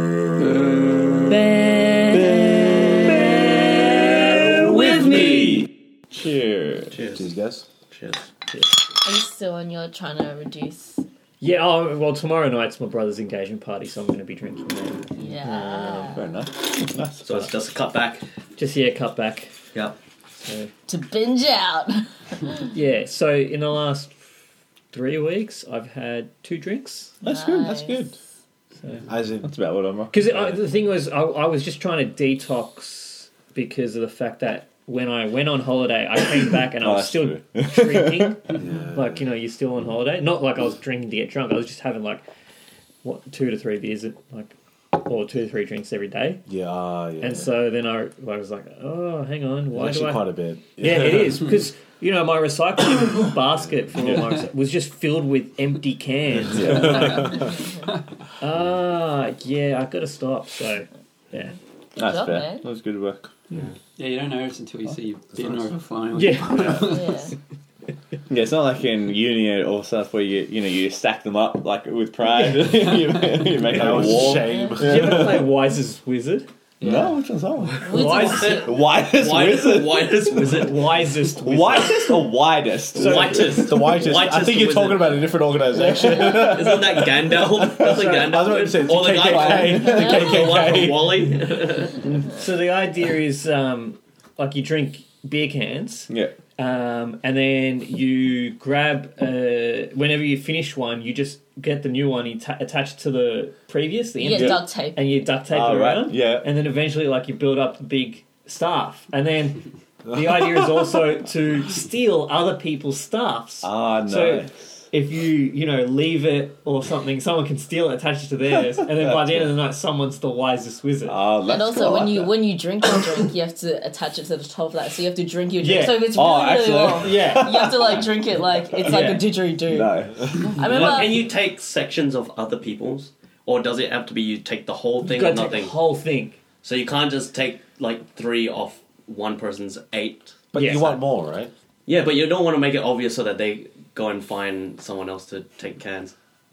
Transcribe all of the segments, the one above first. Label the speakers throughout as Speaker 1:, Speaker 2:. Speaker 1: Burn.
Speaker 2: with me.
Speaker 3: Cheers.
Speaker 1: Cheers, guys.
Speaker 3: Cheers.
Speaker 4: Are you still on your trying to reduce?
Speaker 2: Yeah, oh, well, tomorrow night's my brother's engagement party, so I'm going to be drinking then.
Speaker 4: Yeah.
Speaker 1: Fair enough. Nice.
Speaker 3: So it's just a cut back.
Speaker 2: Just, yeah, cut back.
Speaker 3: Yeah.
Speaker 2: So,
Speaker 4: to binge out.
Speaker 2: yeah, so in the last three weeks, I've had two drinks.
Speaker 1: That's good. That's good.
Speaker 3: As in,
Speaker 1: That's about what I'm.
Speaker 2: Because the thing was, I, I was just trying to detox because of the fact that when I went on holiday, I came back and I was
Speaker 1: Nice
Speaker 2: still drinking. Like, you know, you're still on holiday. Not like I was drinking to get drunk. I was just having like, what, two to three beers, like, or two to three drinks every day.
Speaker 1: Yeah, ah, yeah.
Speaker 2: And so then I, I was like, oh, hang on. Why
Speaker 1: It's
Speaker 2: do
Speaker 1: actually
Speaker 2: I...
Speaker 1: quite a bit.
Speaker 2: Yeah, it is because you know my recycling basket for all my recy- was just filled with empty cans. Ah, yeah, I got to stop. So, yeah,
Speaker 4: Good
Speaker 1: That's
Speaker 4: job,
Speaker 1: fair.
Speaker 4: man.
Speaker 1: That was good work.
Speaker 5: Yeah, you don't notice until you see you've been or finally.
Speaker 2: yeah,
Speaker 4: Yeah.
Speaker 1: Yeah, it's not like in uni or stuff where you you know you stack them up like with pride. you make like
Speaker 3: that
Speaker 1: a
Speaker 3: was
Speaker 1: wall.
Speaker 3: a shame.
Speaker 2: Did you ever play Wise's Wizard?
Speaker 1: No, which one's that one?
Speaker 2: Wise-
Speaker 4: Wizards-
Speaker 1: Widest wizard.
Speaker 3: Whitest wizard.
Speaker 2: Wisest Wizard.
Speaker 1: Widest or widest?
Speaker 3: Whitest.
Speaker 1: The whitest. I
Speaker 3: Whitest
Speaker 1: think you're
Speaker 3: wizard.
Speaker 1: talking about a different organisation.
Speaker 3: Isn't that Gandalf? That's like
Speaker 1: I was about to
Speaker 3: Gandalf.
Speaker 1: say it's
Speaker 3: Or
Speaker 1: the
Speaker 3: the guy
Speaker 1: KKK. The
Speaker 3: from, the one from
Speaker 1: KKK.
Speaker 3: Wally.
Speaker 2: So the idea is um, like you drink beer cans.
Speaker 1: Yeah.
Speaker 2: Um, and then you grab uh, whenever you finish one, you just get the new one you ta- attach it to the previous, the
Speaker 4: You
Speaker 2: end
Speaker 4: get duct tape.
Speaker 2: and you duct tape
Speaker 1: Oh,
Speaker 2: it
Speaker 1: right,
Speaker 2: around.
Speaker 1: yeah.
Speaker 2: And then eventually, like, you build up the big staff. And then the idea is also to steal other people's staffs.
Speaker 1: Ah, no.
Speaker 2: So if you, you know, leave it or something, someone can steal it, attach it to theirs. And then by the end of the night, someone's the wisest wizard.
Speaker 1: Ah, that's
Speaker 4: And also,
Speaker 1: cool, I
Speaker 4: when
Speaker 1: like
Speaker 4: you
Speaker 1: that.
Speaker 4: when you drink your drink, you have to attach it to the top of that. So you have to drink your drink.
Speaker 2: Yeah.
Speaker 4: So if it's really,
Speaker 1: Oh,
Speaker 4: really
Speaker 1: actually.
Speaker 4: long,
Speaker 2: yeah.
Speaker 4: you have to like drink it like it's like a
Speaker 2: Yeah.
Speaker 4: didgeridoo.
Speaker 1: No.
Speaker 4: I remember.
Speaker 3: Can you take sections of other people's? Or does it have to be you take the whole
Speaker 2: You
Speaker 3: thing or
Speaker 2: gotta take
Speaker 3: nothing?
Speaker 2: the whole thing.
Speaker 3: So you can't just take like three off one person's eight.
Speaker 1: But
Speaker 2: Yeah.
Speaker 1: you want more, right?
Speaker 3: Yeah, but you don't want to make it obvious so that they go and find someone else to take cans.
Speaker 1: Uh,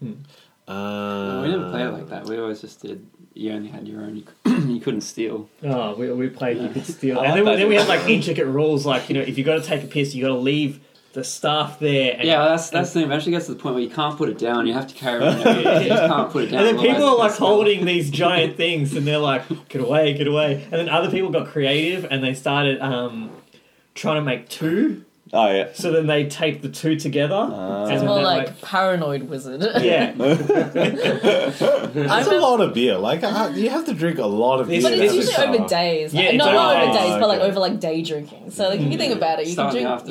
Speaker 5: we didn't play it like that. We always just did. You only had your own. You, c- you couldn't steal.
Speaker 2: Oh, we, we played you could steal,
Speaker 1: I
Speaker 2: and then,
Speaker 1: like
Speaker 2: we- then we
Speaker 1: that.
Speaker 2: had like intricate rules, like you know, if you got to take a piss, you got to leave the staff there. And,
Speaker 5: Yeah, well, that's that's the thing. Eventually gets to the point where you can't put it down. You have to carry it. around. You just can't put it down.
Speaker 2: And then people are
Speaker 5: otherwise
Speaker 2: like
Speaker 5: it's gonna
Speaker 2: holding these giant things, and they're like, "Get away, get away!" And then other people got creative, and they started um, trying to make two.
Speaker 1: Oh yeah.
Speaker 2: So then they taped the two together, and
Speaker 1: Ah.
Speaker 4: it's
Speaker 2: then
Speaker 4: more
Speaker 2: they
Speaker 4: like paranoid wizard.
Speaker 2: like- yeah,
Speaker 4: I
Speaker 1: That's a
Speaker 4: remember,
Speaker 1: lot of beer. Like I, you have to drink a lot of beer.
Speaker 2: It's-
Speaker 4: but
Speaker 2: This
Speaker 4: it's
Speaker 2: is
Speaker 4: usually
Speaker 1: sour.
Speaker 4: over days. Like,
Speaker 2: Yeah, it's
Speaker 4: not
Speaker 2: over
Speaker 4: over
Speaker 2: days.
Speaker 4: days, but like
Speaker 1: Okay.
Speaker 4: over like day drinking. So like, if you
Speaker 1: Mm-hmm.
Speaker 4: think about it, you can
Speaker 5: Start in
Speaker 4: drink.
Speaker 5: the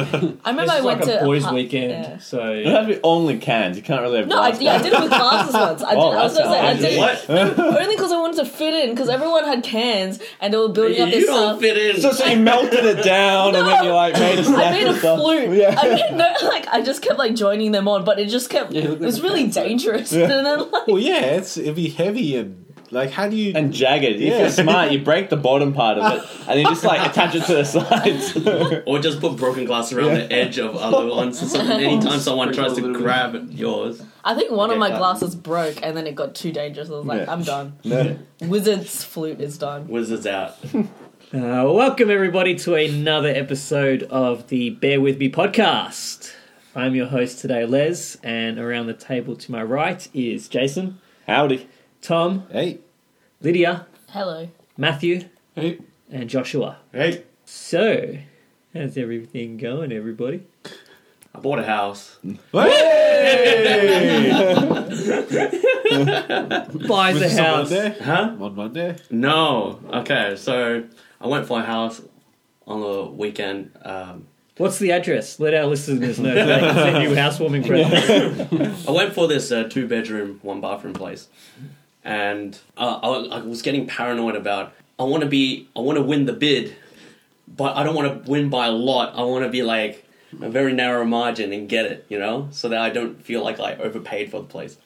Speaker 5: afternoon.
Speaker 4: I remember I
Speaker 2: it's
Speaker 4: went
Speaker 2: like
Speaker 4: to
Speaker 2: a boys'
Speaker 4: pub-
Speaker 2: weekend.
Speaker 4: yeah.
Speaker 2: So
Speaker 1: It has to be only cans. You can't really have.
Speaker 4: No, I,
Speaker 1: glass
Speaker 4: yeah, I
Speaker 1: cans.
Speaker 4: did it with glasses once. I did.
Speaker 1: Oh,
Speaker 4: I was
Speaker 1: that
Speaker 4: gonna say I
Speaker 1: sounds
Speaker 4: did it
Speaker 3: What?
Speaker 4: only because I wanted to fit in because everyone had cans and they were building up their
Speaker 3: you don't
Speaker 4: stuff.
Speaker 3: fit in.
Speaker 1: So, so you melted it down, and then you like made a
Speaker 4: I
Speaker 1: snack
Speaker 4: made a
Speaker 1: and stuff.
Speaker 4: flute.
Speaker 1: Yeah.
Speaker 4: I didn't know, like I just kept like joining them on, but it just kept.
Speaker 5: Yeah, it
Speaker 4: it
Speaker 5: looked
Speaker 4: was
Speaker 5: like-
Speaker 4: really dangerous. And then like,
Speaker 1: well, yeah, it's
Speaker 3: it's
Speaker 1: it'd be heavy and
Speaker 3: like how do you?
Speaker 1: and jagged. If
Speaker 3: Yeah.
Speaker 1: you're smart, you break the bottom part of it, and you just like attach it to the sides.
Speaker 3: Or just put broken glass around the edge of other ones. So anytime someone tries to grab yours,
Speaker 4: I think one of
Speaker 3: Okay,
Speaker 4: my
Speaker 3: done.
Speaker 4: glasses broke, and then it got too dangerous. I was like,
Speaker 1: Yeah.
Speaker 4: I'm done.
Speaker 1: No.
Speaker 4: Wizard's flute is done.
Speaker 3: wizards out.
Speaker 2: Uh, welcome everybody to another episode of the Bear With Me podcast. I'm your host today, Les, and around the table to my right is Jason,
Speaker 1: Howdy.
Speaker 2: Tom,
Speaker 1: Hey.
Speaker 2: Lydia,
Speaker 4: Hello.
Speaker 2: Matthew,
Speaker 5: Hey.
Speaker 2: and Joshua.
Speaker 1: Hey.
Speaker 2: So, how's everything going, everybody?
Speaker 3: I bought a house.
Speaker 2: Buys a house.
Speaker 1: Monday?
Speaker 3: Huh?
Speaker 1: On Monday?
Speaker 3: No. Okay. So I went for a house on the weekend. Um,
Speaker 2: What's the address? Let our listeners know. so They can send you housewarming presents.
Speaker 3: I went for this uh, two bedroom, one bathroom place, and uh, I, I was getting paranoid about. I want to be. I want to win the bid, but I don't want to win by a lot. I want to be like a very narrow margin and get it. You know, so that I don't feel like I overpaid for the place.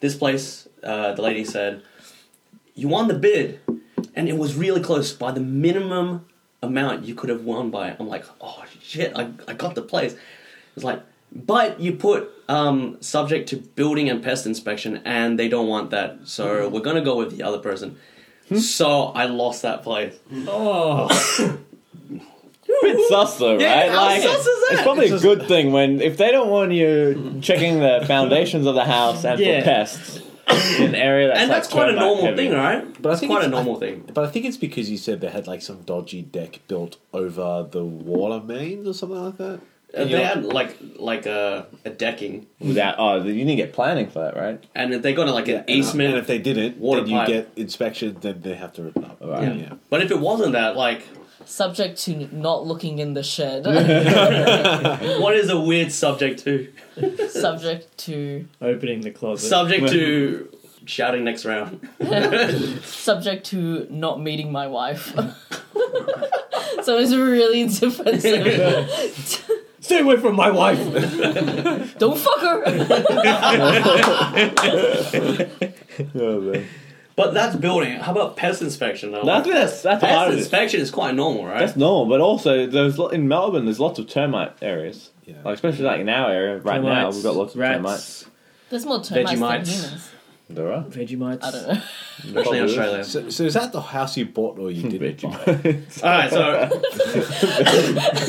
Speaker 3: This place, uh, the lady said, "You won the bid, and it was really close by the minimum amount you could have won by." I'm like, "Oh shit! I, I got the place." It's like But you put um, subject to building and pest inspection, and they don't want that. So we're gonna go with the other person. so I lost that place.
Speaker 2: Oh,
Speaker 1: bit sus though,
Speaker 3: Yeah,
Speaker 1: right?
Speaker 3: how sus is that?
Speaker 1: It's probably
Speaker 2: It's
Speaker 1: a good thing when if they don't want you checking the foundations of the house and
Speaker 2: Yeah.
Speaker 1: for pests in an area that's
Speaker 3: And
Speaker 1: like
Speaker 3: that's quite a
Speaker 1: termite
Speaker 3: normal
Speaker 1: heavy.
Speaker 3: thing, right?
Speaker 6: But I
Speaker 3: That's
Speaker 6: think
Speaker 3: quite a
Speaker 6: it's-
Speaker 3: normal thing.
Speaker 6: But I think it's because you said they had like some dodgy deck built over the water mains or something like that.
Speaker 3: Uh,
Speaker 6: Yeah.
Speaker 3: They had like like a, a decking,
Speaker 1: Without oh, you need to get planning for that, right?
Speaker 3: and they got like
Speaker 1: uh,
Speaker 3: an
Speaker 6: And
Speaker 3: easement.
Speaker 6: if they didn't,
Speaker 3: Water
Speaker 6: then you
Speaker 3: pipe.
Speaker 6: get inspection. Then they have to rip it up.
Speaker 1: Right.
Speaker 6: Yeah.
Speaker 3: But if it wasn't that, like,
Speaker 4: Subject to not looking in the shed.
Speaker 3: what is a weird subject to?
Speaker 4: Subject to
Speaker 2: opening the closet.
Speaker 3: Subject to shouting next round.
Speaker 4: subject to not meeting my wife. so it's really defensive.
Speaker 2: Stay away from my wife.
Speaker 4: Don't fuck her.
Speaker 1: Oh, man.
Speaker 3: But that's building. How about pest inspection? Though?
Speaker 1: That's that's that's
Speaker 3: pest
Speaker 1: part of it.
Speaker 3: inspection is quite normal, right?
Speaker 1: That's normal, but also there's lo- in Melbourne there's lots of termite areas.
Speaker 6: Yeah.
Speaker 1: Like especially like in our area right now
Speaker 2: Termites,
Speaker 1: we've got lots of
Speaker 2: rats,
Speaker 1: termites.
Speaker 4: There's more termites
Speaker 3: Vegemites.
Speaker 4: than humans.
Speaker 1: There are.
Speaker 2: Vegemites.
Speaker 4: I don't know.
Speaker 3: Especially in
Speaker 1: Probably.
Speaker 3: Australia.
Speaker 6: So, so is that the house you bought or you didn't buy?
Speaker 3: All right, so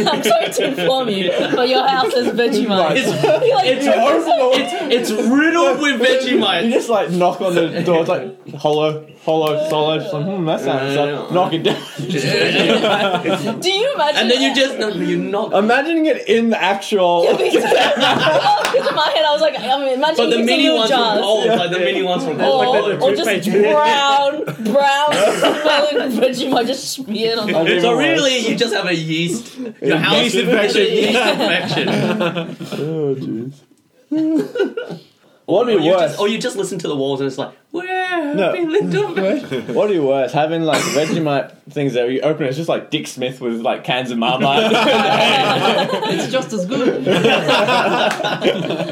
Speaker 4: I'm sorry to inform you, but your house is Vegemite.
Speaker 3: it's
Speaker 4: You're like,
Speaker 3: it's it's, it's riddled with
Speaker 1: You
Speaker 3: Vegemite.
Speaker 1: just like knock on the door, it's like hollow, hollow, solid. Just like, hmm, that sounds like knock it down.
Speaker 4: do you imagine?
Speaker 3: and then you just no, you knock.
Speaker 1: Imagining it in the actual.
Speaker 4: because in my head I was like, I'm imagining
Speaker 3: But the
Speaker 4: it's
Speaker 3: mini
Speaker 4: little
Speaker 3: ones
Speaker 4: jars.
Speaker 3: from Coles, like the mini ones from Coles.
Speaker 4: Or,
Speaker 2: like the
Speaker 4: or just
Speaker 2: toothpaste.
Speaker 4: brown, brown smelling Vegemite just smeared on the
Speaker 3: so really, you just have a yeast. Your house
Speaker 6: yeast infection.
Speaker 3: is a yeast infection.
Speaker 1: Oh jeez. What'd
Speaker 3: Or
Speaker 1: be
Speaker 3: you,
Speaker 1: worse?
Speaker 3: just, or you just listen to the walls and it's like, we're
Speaker 1: No.
Speaker 3: being little bit.
Speaker 1: What'd be worse? Having like Vegemite things that you open, it's just like Dick Smith with like cans of Marmite.
Speaker 5: It's just as good.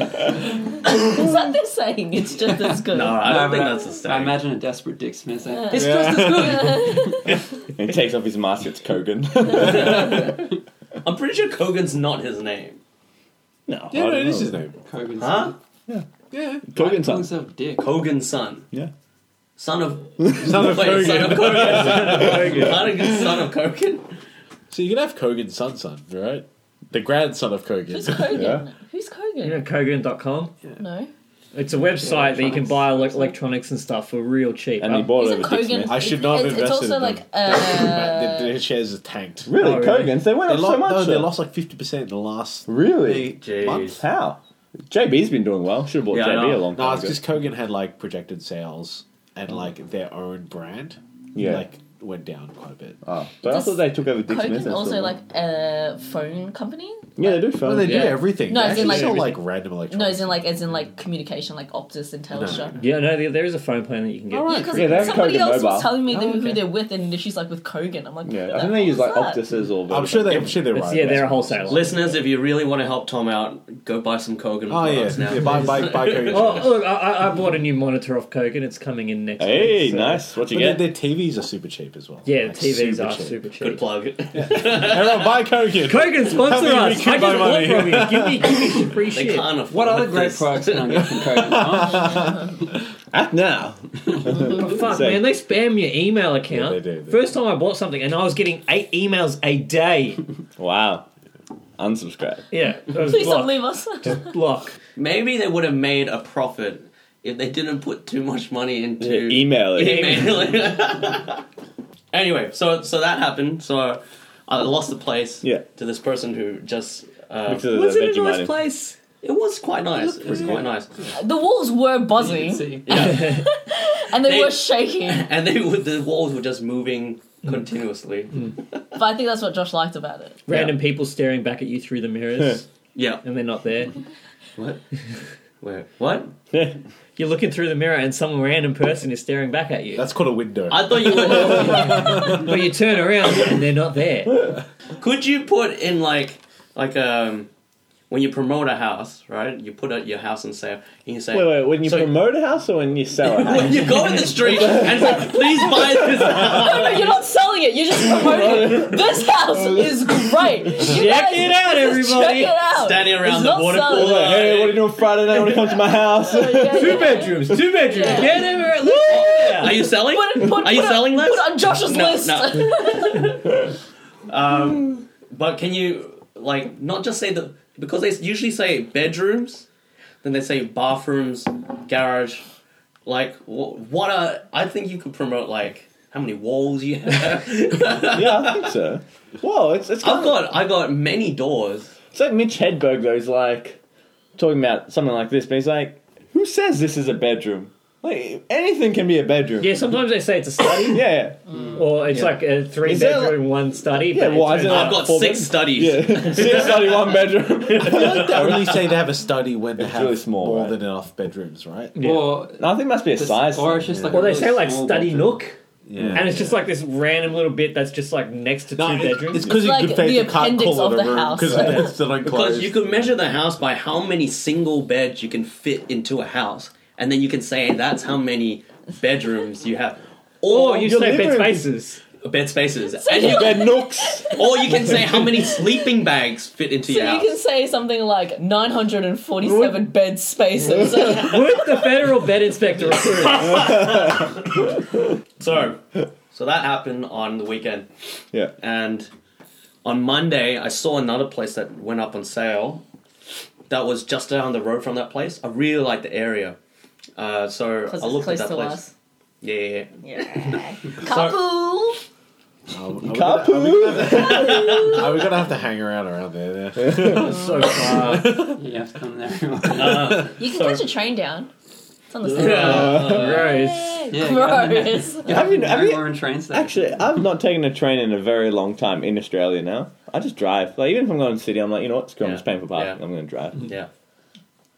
Speaker 4: Is that they're saying? It's just as good.
Speaker 3: No, I don't
Speaker 5: but
Speaker 3: think
Speaker 5: I-
Speaker 3: that's the
Speaker 5: I
Speaker 3: same.
Speaker 5: imagine a desperate Dick Smith. eh?
Speaker 4: It's
Speaker 1: just
Speaker 4: as good.
Speaker 1: he takes off his mask. It's Kogan.
Speaker 3: I'm pretty sure Kogan's not his name.
Speaker 1: no,
Speaker 6: yeah, no, it is his name.
Speaker 5: Kogan's
Speaker 3: Huh?
Speaker 6: Yeah.
Speaker 1: Kogan's
Speaker 5: Kogan's
Speaker 1: son.
Speaker 5: of Dick.
Speaker 3: Kogan's son.
Speaker 1: Yeah.
Speaker 3: Son of
Speaker 6: Son of
Speaker 3: Wait, son
Speaker 6: Kogan.
Speaker 3: of Kogan. Kogan. son of Kogan.
Speaker 6: So you can have Kogan's son, son, right? The grandson of
Speaker 4: Who's
Speaker 6: Kogan.
Speaker 4: Kogan?
Speaker 1: Yeah.
Speaker 4: Who's
Speaker 2: You
Speaker 4: Kogan?
Speaker 2: know Kogan.com?
Speaker 4: No.
Speaker 2: It's a website that you can buy ele- electronics and stuff for real cheap.
Speaker 1: And he
Speaker 2: Um,
Speaker 1: bought
Speaker 4: Isn't
Speaker 1: over Dick
Speaker 4: Kogan?
Speaker 1: Smith.
Speaker 6: I should not have
Speaker 4: it's, it's
Speaker 6: invested
Speaker 4: also
Speaker 6: in
Speaker 4: like
Speaker 6: them. But the,
Speaker 4: uh,
Speaker 6: the shares are tanked.
Speaker 1: Really,
Speaker 2: Oh, really?
Speaker 1: Kogan's? They went
Speaker 6: They
Speaker 1: up
Speaker 6: lost,
Speaker 1: so much.
Speaker 6: no, they
Speaker 1: though.
Speaker 6: lost like fifty percent in the last
Speaker 1: Really?
Speaker 6: eight months.
Speaker 3: Jeez.
Speaker 1: How? JB's been doing well. Should have bought
Speaker 3: Yeah, I
Speaker 1: JB
Speaker 3: know.
Speaker 1: a long
Speaker 6: No,
Speaker 1: time
Speaker 6: it's
Speaker 1: ago.
Speaker 6: because Kogan had like projected sales and like their own brand.
Speaker 1: Yeah.
Speaker 6: Like went down quite a bit.
Speaker 1: Oh, but I
Speaker 4: Does
Speaker 1: thought they took over Dick Smith.
Speaker 4: Kogan
Speaker 1: and
Speaker 4: also
Speaker 1: stuff.
Speaker 4: like a phone company.
Speaker 1: yeah, they do phones.
Speaker 6: Well, they
Speaker 1: yeah.
Speaker 6: do everything.
Speaker 4: No, as
Speaker 6: they
Speaker 4: in,
Speaker 6: actually
Speaker 4: like-
Speaker 6: sell like random electronics.
Speaker 4: No, as in like as in like communication, like Optus and Telstra.
Speaker 2: yeah, no, there, there is a phone plan that you can get.
Speaker 4: Yeah, because
Speaker 1: Yeah, they have
Speaker 4: somebody
Speaker 1: Kogan
Speaker 4: else
Speaker 1: Mobile.
Speaker 4: was telling me
Speaker 2: Oh,
Speaker 4: they who
Speaker 2: okay.
Speaker 4: they're with, and she's like with Kogan. I'm like,
Speaker 1: Yeah, I
Speaker 4: who the
Speaker 1: think they use
Speaker 4: hell
Speaker 1: like
Speaker 4: is that?
Speaker 1: Optuses or.
Speaker 6: I'm sure they. I'm sure they're
Speaker 2: It's-
Speaker 6: right.
Speaker 2: yeah, they're a wholesaler.
Speaker 3: Listeners, if you really want to help Tom out, go buy some Kogan
Speaker 6: Oh yeah,
Speaker 3: products now.
Speaker 6: yeah buy, buy, buy Kogan.
Speaker 2: Oh, look, I- I, I bought a new monitor off Kogan. It's coming in next
Speaker 1: Hey,
Speaker 2: week. so-
Speaker 1: nice. What
Speaker 6: But
Speaker 1: you get?
Speaker 6: their, their TVs are super cheap as well.
Speaker 2: Yeah,
Speaker 6: Like,
Speaker 2: TVs are super cheap.
Speaker 3: Good plug.
Speaker 6: Everyone buy Kogan.
Speaker 2: Kogan,
Speaker 6: Help
Speaker 2: sponsor
Speaker 6: me
Speaker 2: us. I just
Speaker 6: recoup my
Speaker 2: want
Speaker 6: money.
Speaker 2: from you. Give me, give me free
Speaker 3: They
Speaker 2: shit.
Speaker 3: can't afford
Speaker 5: What other great
Speaker 3: this.
Speaker 5: products can I get from Kogan? huh?
Speaker 1: Act now.
Speaker 2: But Oh, fuck,
Speaker 1: Say-
Speaker 2: man, they spam your email account.
Speaker 6: Yeah, they do, they
Speaker 2: First time I bought something, and I was getting eight emails a day.
Speaker 1: Wow. Unsubscribe.
Speaker 2: yeah, it was
Speaker 4: Please
Speaker 2: block.
Speaker 4: don't leave us.
Speaker 2: block.
Speaker 3: Maybe they would have made a profit if they didn't put too much money into
Speaker 1: Email it.
Speaker 3: Email. anyway, so so that happened. So I lost the place
Speaker 1: Yeah.
Speaker 3: to this person who just. Uh,
Speaker 1: Because of
Speaker 2: Was
Speaker 1: the
Speaker 2: it a
Speaker 1: Vegemite.
Speaker 2: nice place?
Speaker 3: it was quite nice. It was
Speaker 1: pretty
Speaker 3: quite nice,
Speaker 4: the walls were
Speaker 5: You
Speaker 4: buzzing,
Speaker 5: see?
Speaker 4: and they,
Speaker 3: They-
Speaker 4: were shaking.
Speaker 3: and they would, the walls were just moving continuously.
Speaker 4: But I think that's what Josh liked about it.
Speaker 2: Random people staring back at you through the mirrors,
Speaker 3: Yeah.
Speaker 2: and they're not there.
Speaker 3: What? Wait, what?
Speaker 1: Yeah.
Speaker 2: You're looking through the mirror, and some random person is staring back at you.
Speaker 6: That's called a window.
Speaker 3: I thought you were.
Speaker 2: but you turn around, and they're not there.
Speaker 3: Could you put in like like um when you promote a house, right? You put out your house on sale. And you say,
Speaker 1: Wait, wait. When you
Speaker 3: So-
Speaker 1: promote a house or when you sell a house?
Speaker 3: when you go in the street and say, please buy this house.
Speaker 4: No, you're not selling selling it. You're just promoting it. This house is great. You
Speaker 2: Check
Speaker 4: guys
Speaker 2: it out,
Speaker 4: just
Speaker 2: everybody.
Speaker 4: Check it out.
Speaker 3: Standing around
Speaker 4: Oh, It's
Speaker 3: the
Speaker 4: not
Speaker 3: water
Speaker 4: selling.
Speaker 3: cooler.
Speaker 1: Like, hey, what are you doing Friday night? Want to come to my house?
Speaker 4: Yeah, yeah, yeah.
Speaker 2: Two bedrooms, two bedrooms.
Speaker 4: Yeah.
Speaker 2: Get them out. Let's
Speaker 3: Are you selling?
Speaker 4: Put it- put-
Speaker 3: are you
Speaker 4: put it-
Speaker 3: selling
Speaker 4: Put
Speaker 3: those?
Speaker 4: it on Josh's
Speaker 3: No,
Speaker 4: list.
Speaker 3: no. Um, but can you like not just say the because they usually say bedrooms, then they say bathrooms, garage. Like wh- what are I think you could promote like how many walls you have.
Speaker 1: yeah, I think so. Whoa, it's it's kind of-
Speaker 3: I've got I got many doors.
Speaker 1: It's like Mitch Hedberg though. He's like talking about something like this, but he's like, "Who says this is a bedroom? Like anything can be a bedroom."
Speaker 2: yeah, sometimes they say it's a study,
Speaker 1: yeah,
Speaker 2: or it's
Speaker 3: Yeah.
Speaker 2: like a three
Speaker 1: Is there, like-
Speaker 2: bedroom, one study.
Speaker 1: yeah.
Speaker 2: but
Speaker 1: Why
Speaker 2: it's
Speaker 1: is it?
Speaker 2: only-
Speaker 1: Like
Speaker 3: I've got
Speaker 1: four
Speaker 3: six
Speaker 1: bed-
Speaker 3: studies.
Speaker 1: Yeah, six study, one bedroom.
Speaker 6: I feel like they only say they have a study when they
Speaker 1: It's
Speaker 6: have
Speaker 1: really small,
Speaker 6: more
Speaker 1: right?
Speaker 6: than enough bedrooms, right?
Speaker 2: Yeah.
Speaker 5: Or,
Speaker 1: No, I think it must be a size.
Speaker 5: or it's just like
Speaker 2: Or
Speaker 5: a
Speaker 2: they
Speaker 5: really
Speaker 2: say like
Speaker 5: small
Speaker 2: study
Speaker 5: bedroom.
Speaker 2: nook,
Speaker 6: Yeah.
Speaker 2: and it's just like this random little bit that's just like next to two
Speaker 6: No, it-
Speaker 2: bedrooms.
Speaker 6: It's
Speaker 4: It's
Speaker 6: because you
Speaker 4: like
Speaker 6: could faith
Speaker 4: the
Speaker 6: you can't
Speaker 4: appendix
Speaker 6: call
Speaker 4: of
Speaker 6: it
Speaker 4: the
Speaker 6: a room
Speaker 4: house.
Speaker 6: because that's still
Speaker 3: Because
Speaker 6: enclosed.
Speaker 3: you could measure the house by how many single beds you can fit into a house, and then you can say that's how many bedrooms you have,
Speaker 2: or
Speaker 3: or
Speaker 2: Oh, you
Speaker 1: your
Speaker 2: say bed
Speaker 1: living room.
Speaker 2: spaces.
Speaker 3: bed spaces,
Speaker 4: So
Speaker 3: and
Speaker 4: you-
Speaker 3: you,
Speaker 1: bed
Speaker 6: Uh,
Speaker 1: nooks.
Speaker 3: or you can say how many sleeping bags fit into
Speaker 4: So
Speaker 3: your
Speaker 4: you
Speaker 3: house.
Speaker 4: can say something like 947 bed spaces.
Speaker 2: Would the federal bed inspector approve?
Speaker 3: So, so that happened on the weekend,
Speaker 1: Yeah,
Speaker 3: and on Monday I saw another place that went up on sale. That was just down the road from that place. I really liked the area, uh, so I
Speaker 4: Because it's
Speaker 3: looked at
Speaker 4: close
Speaker 3: that
Speaker 4: to
Speaker 3: place.
Speaker 4: us.
Speaker 3: Yeah, yeah, yeah.
Speaker 4: Yeah. Couple.
Speaker 5: Oh,
Speaker 1: Kapu.
Speaker 6: Are we gonna have to hang around around there? there?
Speaker 2: so far.
Speaker 5: You have to come there. yeah,
Speaker 4: You can catch a train down. It's on the same.
Speaker 1: Uh,
Speaker 2: Gross.
Speaker 5: Yeah,
Speaker 4: Gross.
Speaker 1: Have you- have you-
Speaker 5: we're in train station.
Speaker 1: Actually, I've not taken a train in a very long time in Australia now. I just drive. Like even if I'm going to the city, I'm like, you know what? Screw, it, I'm
Speaker 3: Yeah.
Speaker 1: just paying for parking.
Speaker 3: Yeah.
Speaker 1: I'm going to drive.
Speaker 3: yeah.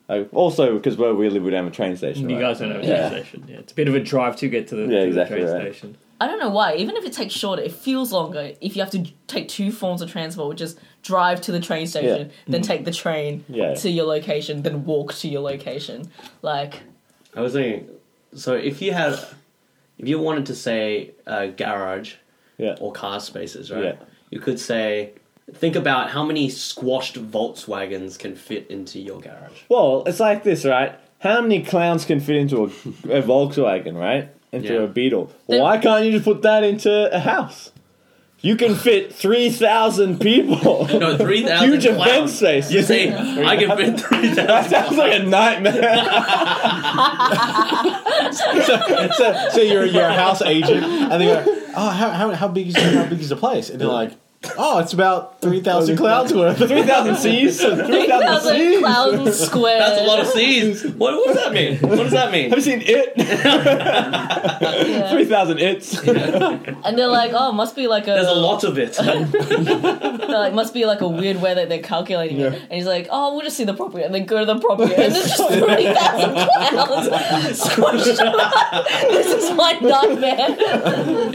Speaker 1: Like, also, because where we live, we don't have a train station.
Speaker 2: You
Speaker 1: right?
Speaker 2: guys don't have a train
Speaker 5: Yeah.
Speaker 2: station. Yeah, it's a bit of a drive to get to the,
Speaker 1: Yeah,
Speaker 2: to the
Speaker 1: exactly
Speaker 2: train
Speaker 1: right.
Speaker 2: station.
Speaker 4: I don't know why. Even if it takes shorter, it feels longer if you have to take two forms of transport, which is drive to the train station, then take the train
Speaker 1: Yeah.
Speaker 4: to your location, then walk to your location. Like,
Speaker 3: I was thinking, so if you had, if you wanted to say uh, garage
Speaker 1: Yeah.
Speaker 3: or car spaces, right?
Speaker 1: Yeah.
Speaker 3: You could say, think about how many squashed Volkswagens can fit into your garage.
Speaker 1: Well, it's like this, right? How many clowns can fit into a, a Volkswagen, right? Into
Speaker 3: Yeah.
Speaker 1: a Beetle.
Speaker 4: Then-
Speaker 1: Why can't you just put that into a house? You can fit 3,000 people.
Speaker 3: No, three thousand.
Speaker 1: Huge event space.
Speaker 3: You say I can fit three
Speaker 1: That
Speaker 3: thousand.
Speaker 1: sounds like a nightmare.
Speaker 6: so, so you're you're a house agent, and they go, "Oh, how, how, how big is how big is the place?" And they're like, "Oh, it's about three thousand clouds worth."
Speaker 1: 3,000 C's. 3,000
Speaker 4: 3,000
Speaker 1: C's. Have
Speaker 4: clown square.
Speaker 3: That's a lot of C's. What, what does that mean? What does that mean?
Speaker 1: you seen it?
Speaker 4: Yeah.
Speaker 1: 3,000 its.
Speaker 4: And they're like, oh, must be like a.
Speaker 3: There's a lot of it.
Speaker 4: They're like, must be like a weird way that they're calculating it.
Speaker 1: Yeah.
Speaker 4: And he's like, oh, we'll just see the property. And then go to the property. And there's just 30,000 clowns squashed around. This is my nightmare.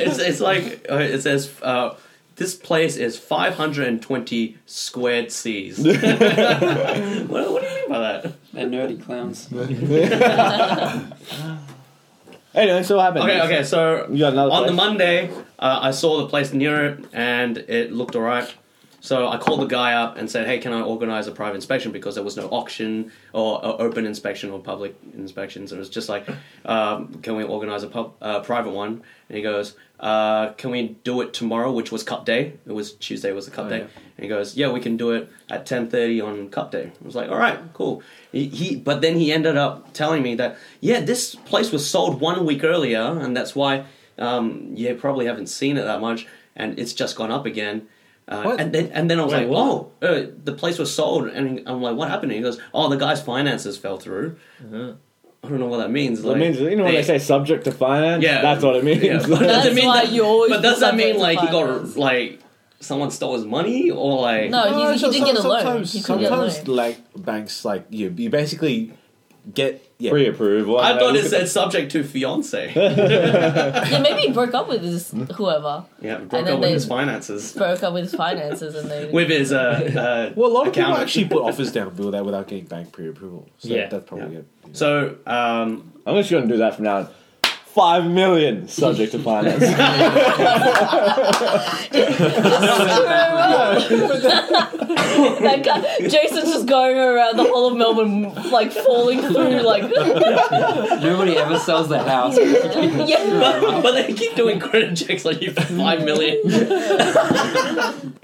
Speaker 3: It's it's like uh, it says. Uh, this place is 520 squared C's. what, what do you mean by that?
Speaker 5: They're nerdy clowns.
Speaker 1: Anyway, so what happened?
Speaker 3: Okay, okay. So
Speaker 1: You got another
Speaker 3: on the
Speaker 1: place?
Speaker 3: Monday, uh, I saw the place near it, and it looked alright. So I called the guy up and said, "Hey, can I organize a private inspection because there was no auction or, or open inspection or public inspections? It was just like, um, can we organize a pub, uh, private one?" And he goes, uh, "Can we do it tomorrow, which was Cup Day? It was Tuesday was the Cup Day." And he goes, "Yeah, we can do it at ten thirty on Cup Day." I was like, "All right, cool." He, he, but then he ended up telling me that, "Yeah, this place was sold one week earlier, and that's why um, you probably haven't seen it that much, and it's just gone up again." Uh,
Speaker 6: What?
Speaker 3: and then and then I was
Speaker 2: Wait,
Speaker 3: like,
Speaker 2: what?
Speaker 3: "Oh, uh, the place was sold," and I'm like, "What happened?" And he goes, "Oh, the guy's finances fell through." I don't know what that means.
Speaker 1: It
Speaker 3: like,
Speaker 1: Uh-huh. means, you know when they say subject to finance?
Speaker 3: Yeah.
Speaker 1: That's what it means.
Speaker 3: Yeah. But
Speaker 4: That's
Speaker 3: doesn't mean
Speaker 4: why
Speaker 3: that-
Speaker 4: you always
Speaker 3: But does that mean
Speaker 4: subject
Speaker 3: like
Speaker 4: to
Speaker 3: he got
Speaker 4: finance.
Speaker 3: like someone stole his money or like?
Speaker 4: No, he- he,
Speaker 6: Oh, so-
Speaker 4: didn't get a loan.
Speaker 6: Sometimes,
Speaker 4: He couldn't get a
Speaker 6: sometimes
Speaker 4: loan.
Speaker 6: like banks, like you, you basically get yeah.
Speaker 1: Pre-approval.
Speaker 3: I thought it
Speaker 1: it's
Speaker 3: said subject to fiance.
Speaker 4: Yeah, maybe he broke up with his whoever.
Speaker 3: yeah, broke
Speaker 4: then
Speaker 3: up with
Speaker 4: they-
Speaker 3: his finances.
Speaker 4: Broke up with his finances and they.
Speaker 3: With his uh, uh
Speaker 6: Well, a lot of people
Speaker 3: Accountant.
Speaker 6: actually put offers down with that without getting bank pre-approval. So
Speaker 2: Yeah.
Speaker 6: that's probably
Speaker 3: Yeah.
Speaker 6: it.
Speaker 3: so um
Speaker 1: I'm just going to do that from now on. Five million, subject to finance.
Speaker 4: That guy, Jason's just going around the whole of Melbourne, like falling through, like
Speaker 5: Nobody ever sells their house. It's
Speaker 4: yeah.
Speaker 3: but, but they keep doing credit checks like you for five million.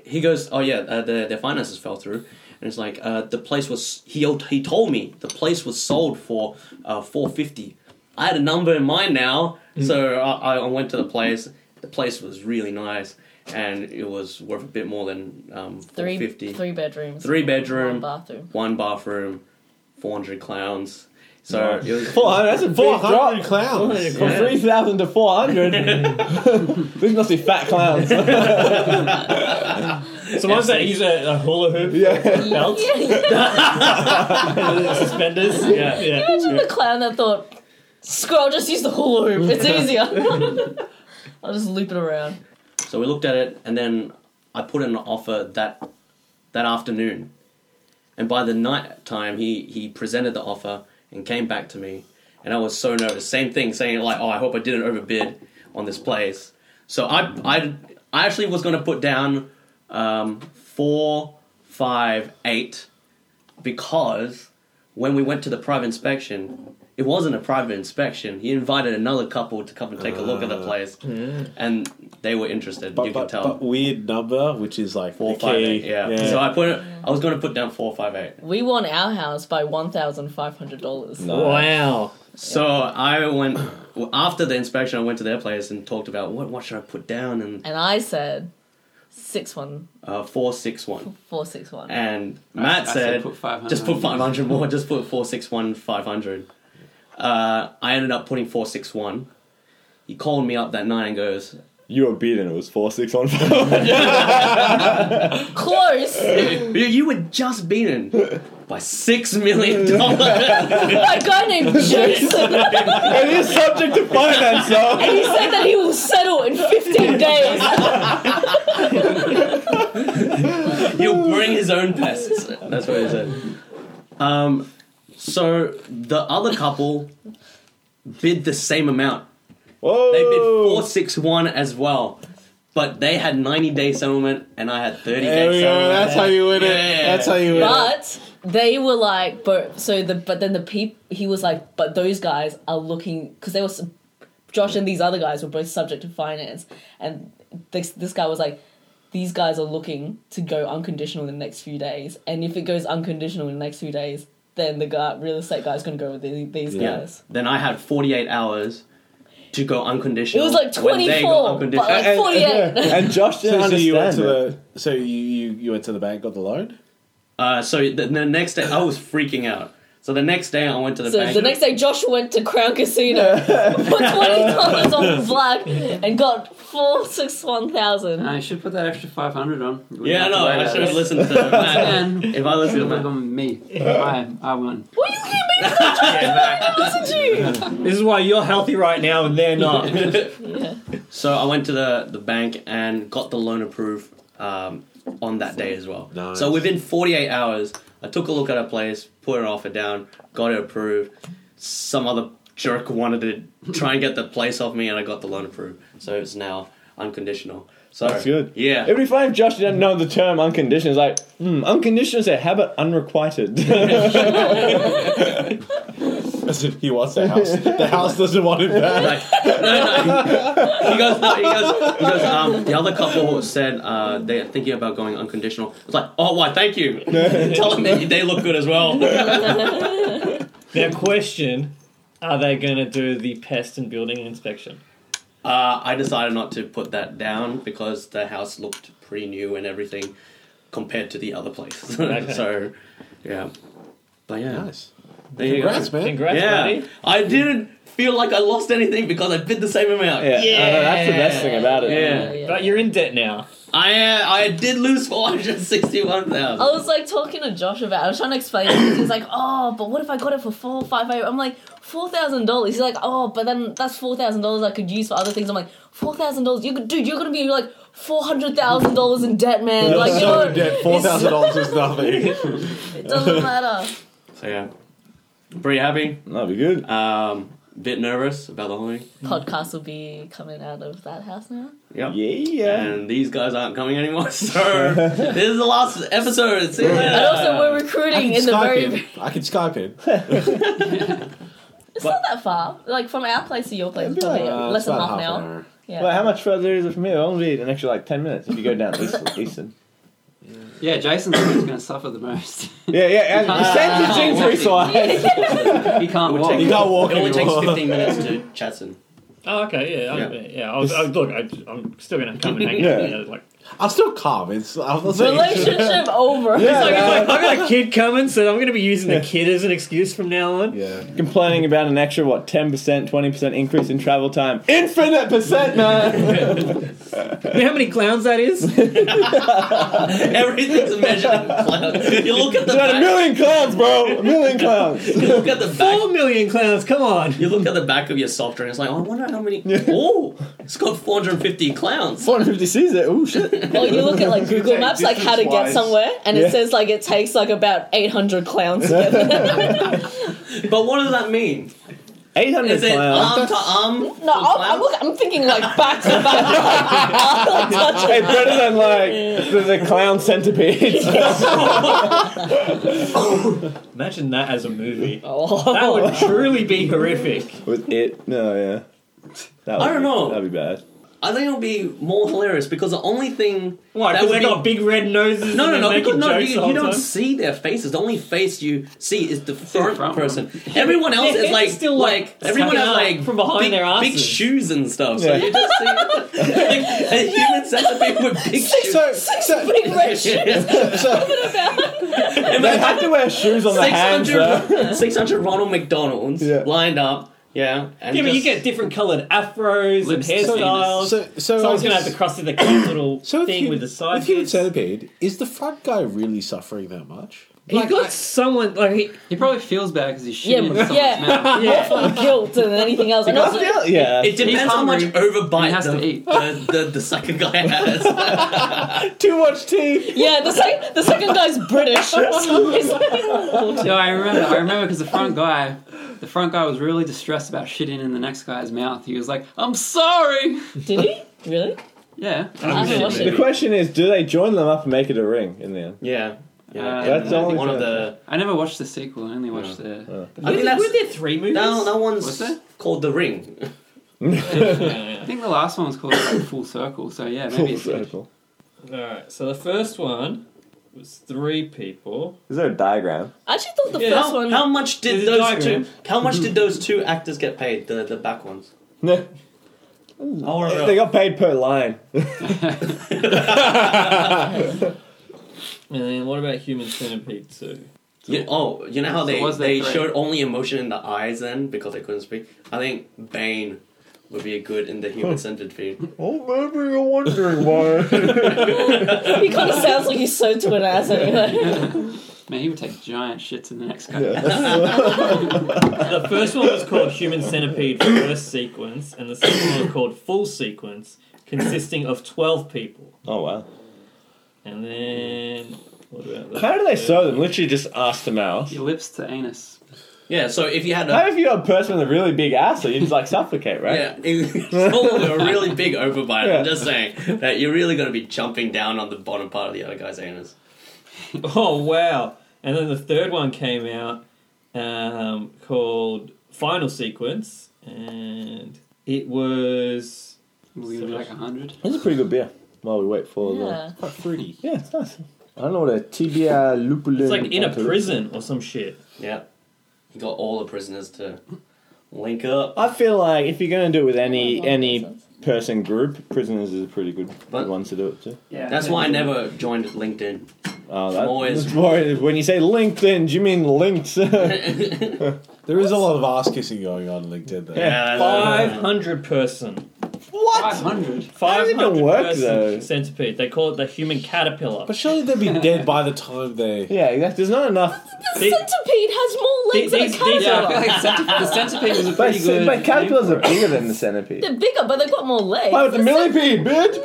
Speaker 3: he goes, oh yeah, uh, their their finances fell through, and it's like uh, the place was he he told me the place was sold for uh, four fifty. I had a number in mind now, so I, I went to the place. The place was really nice, and it was worth a bit more than um, four
Speaker 4: Three,
Speaker 3: fifty.
Speaker 4: three bedrooms,
Speaker 3: Three
Speaker 4: one
Speaker 3: bedroom,
Speaker 4: bathroom.
Speaker 3: one bathroom, four hundred clowns. So it was.
Speaker 1: Four hundred. That's a big
Speaker 6: Four
Speaker 1: drop.
Speaker 6: hundred clowns.
Speaker 1: From
Speaker 3: Yeah.
Speaker 1: three thousand to four hundred. These must be fat clowns.
Speaker 2: So ones that use a, a hula hoop
Speaker 1: yeah.
Speaker 2: belt,
Speaker 4: Yeah, yeah.
Speaker 2: suspenders. Yeah, yeah.
Speaker 4: Imagine the clown that thought, "Screw, I'll just use the hula hoop. It's easier. I'll just loop it around."
Speaker 3: So we looked at it, and then I put in an offer that that afternoon. And by the night time, he he presented the offer and came back to me, and I was so nervous. Same thing, saying like, "Oh, I hope I didn't overbid on this place." So I I I actually was going to put down um, four, five, eight, because when we went to the private inspection. It wasn't a private inspection. He invited another couple to come and take a look at the place, and they were interested.
Speaker 6: Ah. But,
Speaker 3: you
Speaker 6: but,
Speaker 3: can tell
Speaker 6: but weird number, which is like
Speaker 3: four
Speaker 6: the
Speaker 3: five
Speaker 6: key.
Speaker 3: eight. Yeah. So I put it. I was going to put down four five eight.
Speaker 4: We won our house by one thousand five hundred dollars.
Speaker 2: Wow.
Speaker 3: So I went well, after the inspection. I went to their place and talked about what what should I put down and
Speaker 4: And I said six one
Speaker 3: uh, four six one.
Speaker 4: four six one.
Speaker 3: And Matt
Speaker 5: I said
Speaker 3: said,
Speaker 5: put 500
Speaker 3: just put
Speaker 5: on.
Speaker 3: five hundred more. Just put four six one five hundred. Uh, I ended up putting four six one. He called me up that night and goes,
Speaker 1: You were beaten. It was four six one five.
Speaker 4: Close.
Speaker 3: "You, you were just beaten by six million dollars."
Speaker 4: a guy named Jason.
Speaker 1: it is subject to finance, though.
Speaker 4: He said that he will settle in 15 days.
Speaker 3: He'll bring his own pests. That's what he said. Um, so the other couple bid the same amount.
Speaker 1: Whoa.
Speaker 3: They bid four six one as well, but they had ninety day settlement and I had thirty
Speaker 6: There we
Speaker 3: day
Speaker 6: go.
Speaker 3: settlement.
Speaker 6: That's how you win it.
Speaker 3: Yeah.
Speaker 6: That's how you win it.
Speaker 4: But they were like, but so the but then the peep he was like, but those guys are looking because they were s- Josh and these other guys were both subject to finance, and this this guy was like. These guys are looking to go unconditional in the next few days, and if it goes unconditional in the next few days, then the guy, real estate guy's gonna go with the, these
Speaker 3: Yeah.
Speaker 4: guys.
Speaker 3: Then I had forty eight hours to go
Speaker 4: It
Speaker 3: unconditional.
Speaker 4: was like
Speaker 3: when
Speaker 4: twenty
Speaker 3: they got
Speaker 4: four, but
Speaker 3: unconditional.
Speaker 4: like
Speaker 1: And-
Speaker 4: forty eight.
Speaker 1: And Josh didn't
Speaker 6: So, so
Speaker 1: understand.
Speaker 6: you went to
Speaker 1: it.
Speaker 6: the so you, you you went to the bank, got the loan.
Speaker 3: Uh, so the, the next day I was freaking out. So the next day I went to the
Speaker 4: So
Speaker 3: bank.
Speaker 4: the next day, Josh went to Crown Casino, put twenty dollars on black, and got four six one thousand.
Speaker 5: I should put that extra 500 on. You wouldn't
Speaker 3: yeah,
Speaker 5: have to
Speaker 3: no,
Speaker 5: worry
Speaker 3: I
Speaker 5: about
Speaker 3: should have
Speaker 5: it.
Speaker 3: listened to Matt.
Speaker 5: And
Speaker 3: If I listened to
Speaker 5: it would
Speaker 3: Matt,
Speaker 5: have gone me. I, I won.
Speaker 4: What are you giving me? Listen to you.
Speaker 2: This is why you're healthy right now and they're not.
Speaker 3: So I went to the, the bank and got the loan approved um, on that day as well.
Speaker 6: Nice.
Speaker 3: So within 48 hours, I took a look at a place, put an offer down, got it approved. Some other jerk wanted to try and get the place off me, and I got the loan approved. So it's now unconditional. So
Speaker 1: That's good.
Speaker 3: Yeah.
Speaker 1: It'd be fine if Josh didn't know the term unconditioned. It's like, hmm, unconditioned is a habit unrequited.
Speaker 6: As if he wants the house. The house doesn't want it back.
Speaker 3: like, no, no. He goes, no, he goes, he goes um, the other couple said uh, they're thinking about going unconditional. It's like, oh, why, thank you. Tell them that they look good as well.
Speaker 2: now, question Are they going to do the pest and building inspection?
Speaker 3: Uh, I decided not to put that down because the house looked pretty new and everything compared to the other place.
Speaker 2: Okay.
Speaker 3: so, yeah. But yeah,
Speaker 6: Nice.
Speaker 3: there you go.
Speaker 6: Congrats, man.
Speaker 2: Congrats,
Speaker 3: Yeah,
Speaker 2: buddy.
Speaker 3: I didn't feel like I lost anything because I bid the same amount.
Speaker 1: yeah. I know, Uh, that's the best thing about it.
Speaker 3: Yeah.
Speaker 2: But you're in debt now.
Speaker 3: I uh, I did lose four hundred sixty one
Speaker 4: I
Speaker 3: thousand.
Speaker 4: was like talking to Josh about. It. I was trying to explain. It. He's like, "Oh, but what if I got it for four, five, eight? I'm like, four thousand dollars. He's like, "Oh, but then that's four thousand dollars I could use for other things." I'm like, 4000 dollars? You could, dude, you're gonna be like four hundred thousand dollars in debt, man. Like, you
Speaker 6: so
Speaker 4: know,
Speaker 6: in debt. Four thousand dollars is nothing.
Speaker 4: it doesn't matter."
Speaker 3: So yeah, pretty happy.
Speaker 1: That'd be good.
Speaker 3: Um, bit nervous about the whole thing.
Speaker 4: Podcast will be coming out of that house now.
Speaker 3: Yep.
Speaker 1: Yeah.
Speaker 3: And these guys aren't coming anymore, so this is the last episode. See you later.
Speaker 4: And also, we're
Speaker 6: I
Speaker 4: recruiting
Speaker 6: can
Speaker 4: in the
Speaker 6: Skype
Speaker 4: very.
Speaker 6: in. I can Skype in.
Speaker 4: It's not that far. Like from our place to your place,
Speaker 1: It'd
Speaker 4: it's
Speaker 1: be
Speaker 4: probably
Speaker 1: like,
Speaker 6: Uh,
Speaker 4: less
Speaker 6: it's
Speaker 4: than half
Speaker 6: about
Speaker 4: an hour. Yeah.
Speaker 1: Well, how much further is it from here? Only an extra like ten minutes if you go down East- Eastern.
Speaker 5: Yeah, Jason's the one who's going to suffer the most.
Speaker 1: Yeah, yeah. And
Speaker 5: Ah.
Speaker 1: send the things
Speaker 5: Ah.
Speaker 1: we saw.
Speaker 5: he can't
Speaker 3: We'll
Speaker 5: walk.
Speaker 3: take-
Speaker 6: You can't walk
Speaker 3: It only takes
Speaker 6: anymore.
Speaker 3: 15 minutes to Chatson.
Speaker 2: Oh, okay, yeah, I, yeah.
Speaker 3: Yeah.
Speaker 2: I was, I, look, I, I'm still gonna come and hang out.
Speaker 1: Yeah.
Speaker 2: yeah, like,
Speaker 6: I'm still calm. It's I'm not saying it's-
Speaker 4: Relationship
Speaker 1: Yeah.
Speaker 4: over.
Speaker 2: It's like, it's like, I got a kid coming, so I'm gonna be using the kid as an excuse from now on.
Speaker 6: Yeah.
Speaker 1: Complaining about an extra what ten percent, twenty percent increase in travel time. Infinite percent, man.
Speaker 2: You know how many clowns that is?
Speaker 3: Everything's measured in clouds. You look at
Speaker 1: It's
Speaker 3: the
Speaker 1: about a
Speaker 3: back-
Speaker 1: million clowns, bro. A million clowns.
Speaker 3: You look at the back.
Speaker 2: Four million clowns. Come on.
Speaker 3: You look at the back of your soft drink. It's like, I wonder how many.
Speaker 1: Yeah.
Speaker 3: Oh, it's got 450 clowns.
Speaker 1: 450 sees it. Oh shit.
Speaker 4: Or you look at like Google
Speaker 7: take
Speaker 4: Maps, like how to get
Speaker 7: distance-wise.
Speaker 4: somewhere, and
Speaker 1: Yeah.
Speaker 4: it says like it takes like about 800 clowns to get there.
Speaker 3: But what does that mean?
Speaker 1: 800
Speaker 3: Is it
Speaker 1: clowns.
Speaker 3: arm to arm?
Speaker 4: No, I'm, I'm, look, I'm thinking like back to back. Touch
Speaker 1: Hey, better than like the, the clown centipedes.
Speaker 2: Imagine that as a movie. That
Speaker 4: oh.
Speaker 2: would truly be horrific.
Speaker 1: With it? No, yeah. That
Speaker 3: I
Speaker 1: would be-
Speaker 3: don't know.
Speaker 1: That'd be bad.
Speaker 3: I think it'll be more hilarious because the only thing
Speaker 2: Why?
Speaker 3: that
Speaker 2: Because
Speaker 3: would
Speaker 2: they
Speaker 3: be-
Speaker 2: got big red noses.
Speaker 3: No,
Speaker 2: and they're
Speaker 3: no, no,
Speaker 2: making
Speaker 3: because no,
Speaker 2: jokes the
Speaker 3: you,
Speaker 2: whole
Speaker 3: you don't
Speaker 2: time?
Speaker 3: see their faces. The only face you see is the front,
Speaker 5: front
Speaker 3: person. Everyone else
Speaker 2: Their
Speaker 3: is
Speaker 2: heads
Speaker 3: like,
Speaker 2: are still,
Speaker 3: like,
Speaker 2: like,
Speaker 3: everyone
Speaker 2: stuck
Speaker 3: has
Speaker 2: out
Speaker 3: like
Speaker 2: from behind
Speaker 3: big,
Speaker 2: their asses.
Speaker 3: big shoes and stuff. So
Speaker 1: Yeah.
Speaker 3: you just see like, a human centipede with big shoes.
Speaker 6: So,
Speaker 4: Six big red shit.
Speaker 1: They have to wear shoes on their hands, though.
Speaker 3: 600, 600 Ronald McDonald's
Speaker 1: Yeah.
Speaker 3: lined up. Yeah, and
Speaker 2: Yeah, but you
Speaker 3: just-
Speaker 2: get different coloured afros and
Speaker 5: Lips to
Speaker 2: hairstyles.
Speaker 6: so, so
Speaker 2: Someone's gonna
Speaker 6: I
Speaker 2: have to
Speaker 6: guess-
Speaker 2: cross in the cute little
Speaker 6: so if
Speaker 2: thing
Speaker 6: you-
Speaker 2: with the side.
Speaker 6: If you
Speaker 2: bits.
Speaker 6: centipede, is the front guy really suffering that much?
Speaker 2: he
Speaker 5: Like,
Speaker 2: got
Speaker 5: I-
Speaker 2: someone like he,
Speaker 5: He probably feels bad because he's
Speaker 4: Yeah,
Speaker 5: shitting in someone's
Speaker 4: yeah.
Speaker 5: mouth.
Speaker 2: yeah.
Speaker 4: More guilt than anything else. And
Speaker 1: I
Speaker 4: also,
Speaker 1: feel- yeah.
Speaker 3: It depends how much
Speaker 5: hungry
Speaker 3: overbite
Speaker 5: and has
Speaker 3: the,
Speaker 5: to eat.
Speaker 3: The, the, the second guy has.
Speaker 1: Too much tea.
Speaker 4: yeah, the, sec- the second guy's British. So he's like,
Speaker 5: No, I remember. I remember because the front guy, the front guy was really distressed about shitting in the next guy's mouth. He was like, "I'm sorry."
Speaker 4: Did he? Really?
Speaker 5: Yeah.
Speaker 4: I haven't watched
Speaker 1: The
Speaker 4: it.
Speaker 1: question is, do they join them up and make it a ring in the end?
Speaker 3: yeah. Yeah,
Speaker 5: Uh,
Speaker 3: and
Speaker 5: That's the
Speaker 1: only
Speaker 3: one of
Speaker 1: thing.
Speaker 3: the.
Speaker 5: I never watched the sequel. I only watched the.
Speaker 3: I think
Speaker 2: Were
Speaker 3: that's
Speaker 2: there three movies?
Speaker 3: that, that
Speaker 5: What's
Speaker 3: one's
Speaker 5: that?
Speaker 3: called the ring.
Speaker 5: I think the last one was called like, Full Circle. So yeah, maybe.
Speaker 1: Full
Speaker 5: it's
Speaker 1: circle.
Speaker 2: Alright, so the first one was three people.
Speaker 1: Is there a diagram?
Speaker 4: I actually thought the
Speaker 2: Yeah.
Speaker 4: first
Speaker 3: How,
Speaker 4: one.
Speaker 3: how much did
Speaker 2: There's a
Speaker 3: those two?
Speaker 2: diagram.
Speaker 3: How much did those two actors get paid? The the back ones.
Speaker 1: No.
Speaker 3: Oh, right,
Speaker 1: They got paid per line.
Speaker 2: And then what about Human Centipede 2?
Speaker 3: You, oh, you know how
Speaker 5: So
Speaker 3: they
Speaker 5: was there
Speaker 3: they
Speaker 5: three?
Speaker 3: showed only emotion in the eyes then because they couldn't speak. I think Bane would be good in the human centipede.
Speaker 1: Oh, maybe you're wondering why.
Speaker 4: He kind of sounds like he's so to an ass anyway.
Speaker 5: Man, he would take giant shits in the next guy.
Speaker 2: The first one was called Human Centipede First Sequence, and the second one was called Full Sequence, consisting of 12 people.
Speaker 1: oh wow.
Speaker 2: And then. What about that?
Speaker 1: How do they sew them? Literally just ass to mouth.
Speaker 5: Your lips to anus.
Speaker 3: Yeah, so if you had
Speaker 1: How
Speaker 3: a
Speaker 1: if you're a person with a really big asshole, you just like suffocate, right?
Speaker 3: yeah, it was probably a really big overbite.
Speaker 1: Yeah.
Speaker 3: I'm just saying that you're really going to be jumping down on the bottom part of the other guy's anus.
Speaker 2: Oh, wow. And then the third one came out um, called Final Sequence, and it was.
Speaker 5: We're gonna be like a hundred.
Speaker 1: That's a pretty good beer. While we wait for
Speaker 4: Yeah.
Speaker 6: Quite fruity.
Speaker 1: the yeah, it's nice. I don't know what a tibia lupulin.
Speaker 2: It's like in a prison or some shit.
Speaker 3: Yeah, you got all the prisoners to link up.
Speaker 1: I feel like if you're gonna do it with any
Speaker 4: Oh,
Speaker 1: any
Speaker 4: makes
Speaker 1: person group, prisoners is a pretty good
Speaker 3: But-
Speaker 1: ones to do it to.
Speaker 5: Yeah.
Speaker 3: That's why I never joined LinkedIn.
Speaker 1: Oh,
Speaker 3: I'm always-
Speaker 1: that's more- when you say LinkedIn, do you mean linked?
Speaker 6: There is a lot of ass kissing going on in LinkedIn though.
Speaker 1: Yeah.
Speaker 3: Yeah, I know.
Speaker 2: 500 person.
Speaker 1: what?
Speaker 5: Five hundred.
Speaker 1: How does it even
Speaker 2: 500
Speaker 1: work,
Speaker 2: person
Speaker 1: though?
Speaker 2: centipede. They call it the human caterpillar.
Speaker 6: But surely they'd be dead by the time they.
Speaker 1: Yeah, exactly. There's not enough.
Speaker 4: The
Speaker 2: They-
Speaker 4: centipede has more legs
Speaker 2: These-
Speaker 4: than a
Speaker 2: these-
Speaker 5: Yeah, I
Speaker 4: caterpillar.
Speaker 5: feel like centip- the centipede was a
Speaker 1: But,
Speaker 5: pretty good.
Speaker 1: but caterpillars
Speaker 5: name
Speaker 1: are
Speaker 5: for it.
Speaker 1: bigger than the centipede.
Speaker 4: They're bigger, but they've got more legs.
Speaker 1: Oh, the millipede, bitch!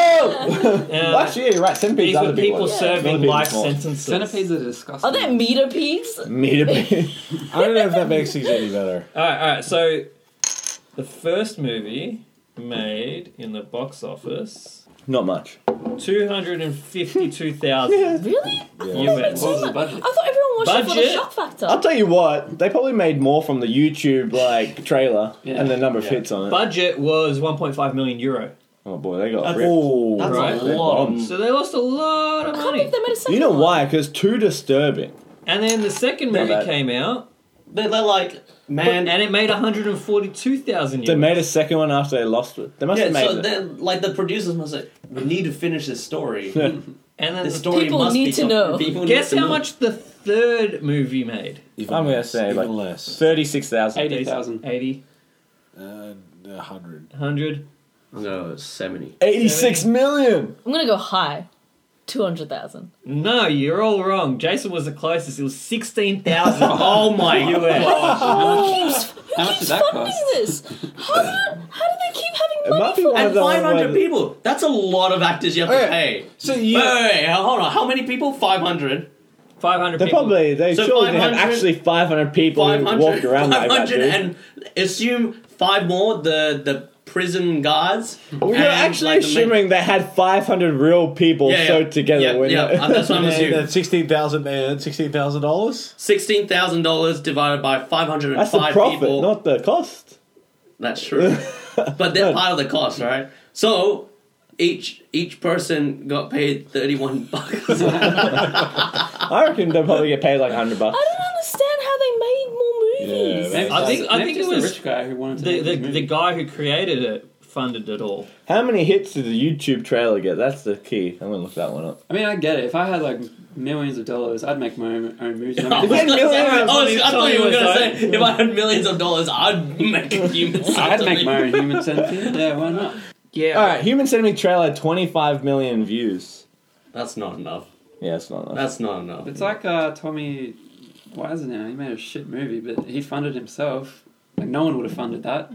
Speaker 1: Whoa!
Speaker 2: Yeah.
Speaker 1: well, actually, yeah, you're right. Centipedes
Speaker 2: Uh, These
Speaker 1: are
Speaker 2: were
Speaker 1: the big
Speaker 2: people
Speaker 1: ones.
Speaker 2: serving
Speaker 1: Millipedes are
Speaker 2: life
Speaker 1: small.
Speaker 2: sentences.
Speaker 5: Centipedes are disgusting.
Speaker 4: Are there metopedes?
Speaker 1: Millipede.
Speaker 6: I don't know if that makes things any better.
Speaker 2: All right, all right. So the first movie made in the box office
Speaker 1: Not much.
Speaker 2: two hundred and fifty-two thousand.
Speaker 4: Really?
Speaker 6: Yeah.
Speaker 2: Humans.
Speaker 5: What was the budget?
Speaker 4: I thought everyone watched it for the
Speaker 2: Budget?
Speaker 4: shock factor.
Speaker 1: I'll tell you what, they probably made more from the YouTube like trailer
Speaker 5: Yeah.
Speaker 1: and the number of
Speaker 3: Yeah.
Speaker 1: hits on it.
Speaker 2: Budget was 1.5 million euro.
Speaker 1: oh boy, they got ripped.
Speaker 6: Oh,
Speaker 3: That's
Speaker 2: Right.
Speaker 3: a lot.
Speaker 1: Um,
Speaker 3: Of,
Speaker 2: So they lost a lot of
Speaker 4: I can't believe
Speaker 2: money.
Speaker 4: they made a second
Speaker 1: You know
Speaker 4: one.
Speaker 1: why? Because too disturbing.
Speaker 2: And then the second
Speaker 1: Not
Speaker 2: movie
Speaker 1: bad.
Speaker 2: came out
Speaker 3: they, they're like, man.
Speaker 2: and, it made 142,000 euros.
Speaker 1: They made a second one after they lost it. They must
Speaker 3: yeah,
Speaker 1: have made
Speaker 3: so
Speaker 1: it.
Speaker 3: they're- like the producers must like, we need to finish this story.
Speaker 1: Yeah.
Speaker 2: and then
Speaker 3: This
Speaker 2: the-
Speaker 3: story
Speaker 4: People
Speaker 3: must
Speaker 4: need
Speaker 3: be
Speaker 4: to
Speaker 3: com-
Speaker 4: know.
Speaker 3: people need
Speaker 2: guess
Speaker 3: to
Speaker 2: how
Speaker 3: know.
Speaker 2: much the third movie made?
Speaker 6: Even
Speaker 1: I'm gonna
Speaker 6: less,
Speaker 1: say,
Speaker 6: even
Speaker 1: like,
Speaker 6: less.
Speaker 1: Thirty-six thousand.
Speaker 5: Eighty. 80,000.
Speaker 2: 80,
Speaker 6: Uh, a hundred.
Speaker 2: 100.
Speaker 3: I'm gonna go seventy.
Speaker 1: Eighty-six million.
Speaker 4: I'm gonna go high. 200,000.
Speaker 2: No, you're all wrong. Jason was the closest. It was 16,000. oh my US.
Speaker 5: How much did that
Speaker 4: Fuck
Speaker 5: cost?
Speaker 4: is this? How, do- how do they keep having
Speaker 1: It
Speaker 4: money
Speaker 1: might be
Speaker 4: for
Speaker 1: one of
Speaker 4: it?
Speaker 3: And
Speaker 1: the Oh, one
Speaker 3: five hundred
Speaker 1: where-
Speaker 3: people. That's a lot of actors you have to
Speaker 6: Okay.
Speaker 3: pay.
Speaker 6: So you.
Speaker 3: Wait, wait, wait, hold on. How many people? Five hundred.
Speaker 2: 500
Speaker 1: They
Speaker 2: people.
Speaker 1: probably they
Speaker 3: So
Speaker 1: surely have
Speaker 3: 500
Speaker 1: actually five hundred people
Speaker 3: Five
Speaker 1: who walked
Speaker 3: hundred.
Speaker 1: around like
Speaker 3: Five
Speaker 1: that.
Speaker 3: hundred,
Speaker 1: Dude.
Speaker 3: and assume five more. The the prison guards.
Speaker 1: Well, you're
Speaker 3: and,
Speaker 1: actually
Speaker 3: like, the main-
Speaker 1: assuming they had five hundred real people
Speaker 3: Yeah, yeah.
Speaker 1: sewed together.
Speaker 3: Yeah,
Speaker 1: wouldn't
Speaker 3: yeah.
Speaker 1: it?
Speaker 3: Uh, that's what I'm
Speaker 6: And
Speaker 3: assuming.
Speaker 6: that's sixteen thousand. Sixteen thousand dollars.
Speaker 3: Sixteen thousand dollars divided by five hundred and
Speaker 1: That's the
Speaker 3: five
Speaker 1: profit,
Speaker 3: people.
Speaker 1: not the cost.
Speaker 3: That's true. but they're part of the cost, right? So each each person got paid thirty one bucks.
Speaker 1: I reckon they'll probably get paid like hundred bucks.
Speaker 4: I don't understand how they made more movies.
Speaker 6: Yeah,
Speaker 5: Maybe
Speaker 2: I think-
Speaker 5: just-
Speaker 2: I
Speaker 5: maybe
Speaker 2: think
Speaker 5: just
Speaker 2: it was
Speaker 5: the rich guy who wanted to.
Speaker 2: The,
Speaker 5: make
Speaker 2: the,
Speaker 1: Mm-hmm.
Speaker 5: these
Speaker 2: the
Speaker 5: movies.
Speaker 2: guy who created it funded it all.
Speaker 1: How many hits did the YouTube trailer get? That's the key. I'm gonna look that one up.
Speaker 5: I mean, I get it. If I had like millions of dollars, I'd make my own, own movies. I mean,
Speaker 3: I,
Speaker 5: if
Speaker 3: was
Speaker 5: I-
Speaker 1: had millions of
Speaker 3: Oh, I thought you were gonna
Speaker 2: dollars,
Speaker 3: say if I had millions of dollars, I'd make a human.
Speaker 5: I'd
Speaker 3: centipede.
Speaker 5: make my own human centipede. Yeah, why not?
Speaker 2: Yeah.
Speaker 1: All right, Human Centipede trailer, twenty-five million views.
Speaker 3: That's not enough.
Speaker 1: Yeah, it's not enough.
Speaker 3: That's not enough.
Speaker 5: It's like uh, Tommy Wiseau. He made a shit movie, but he funded himself. Like no one would have funded that.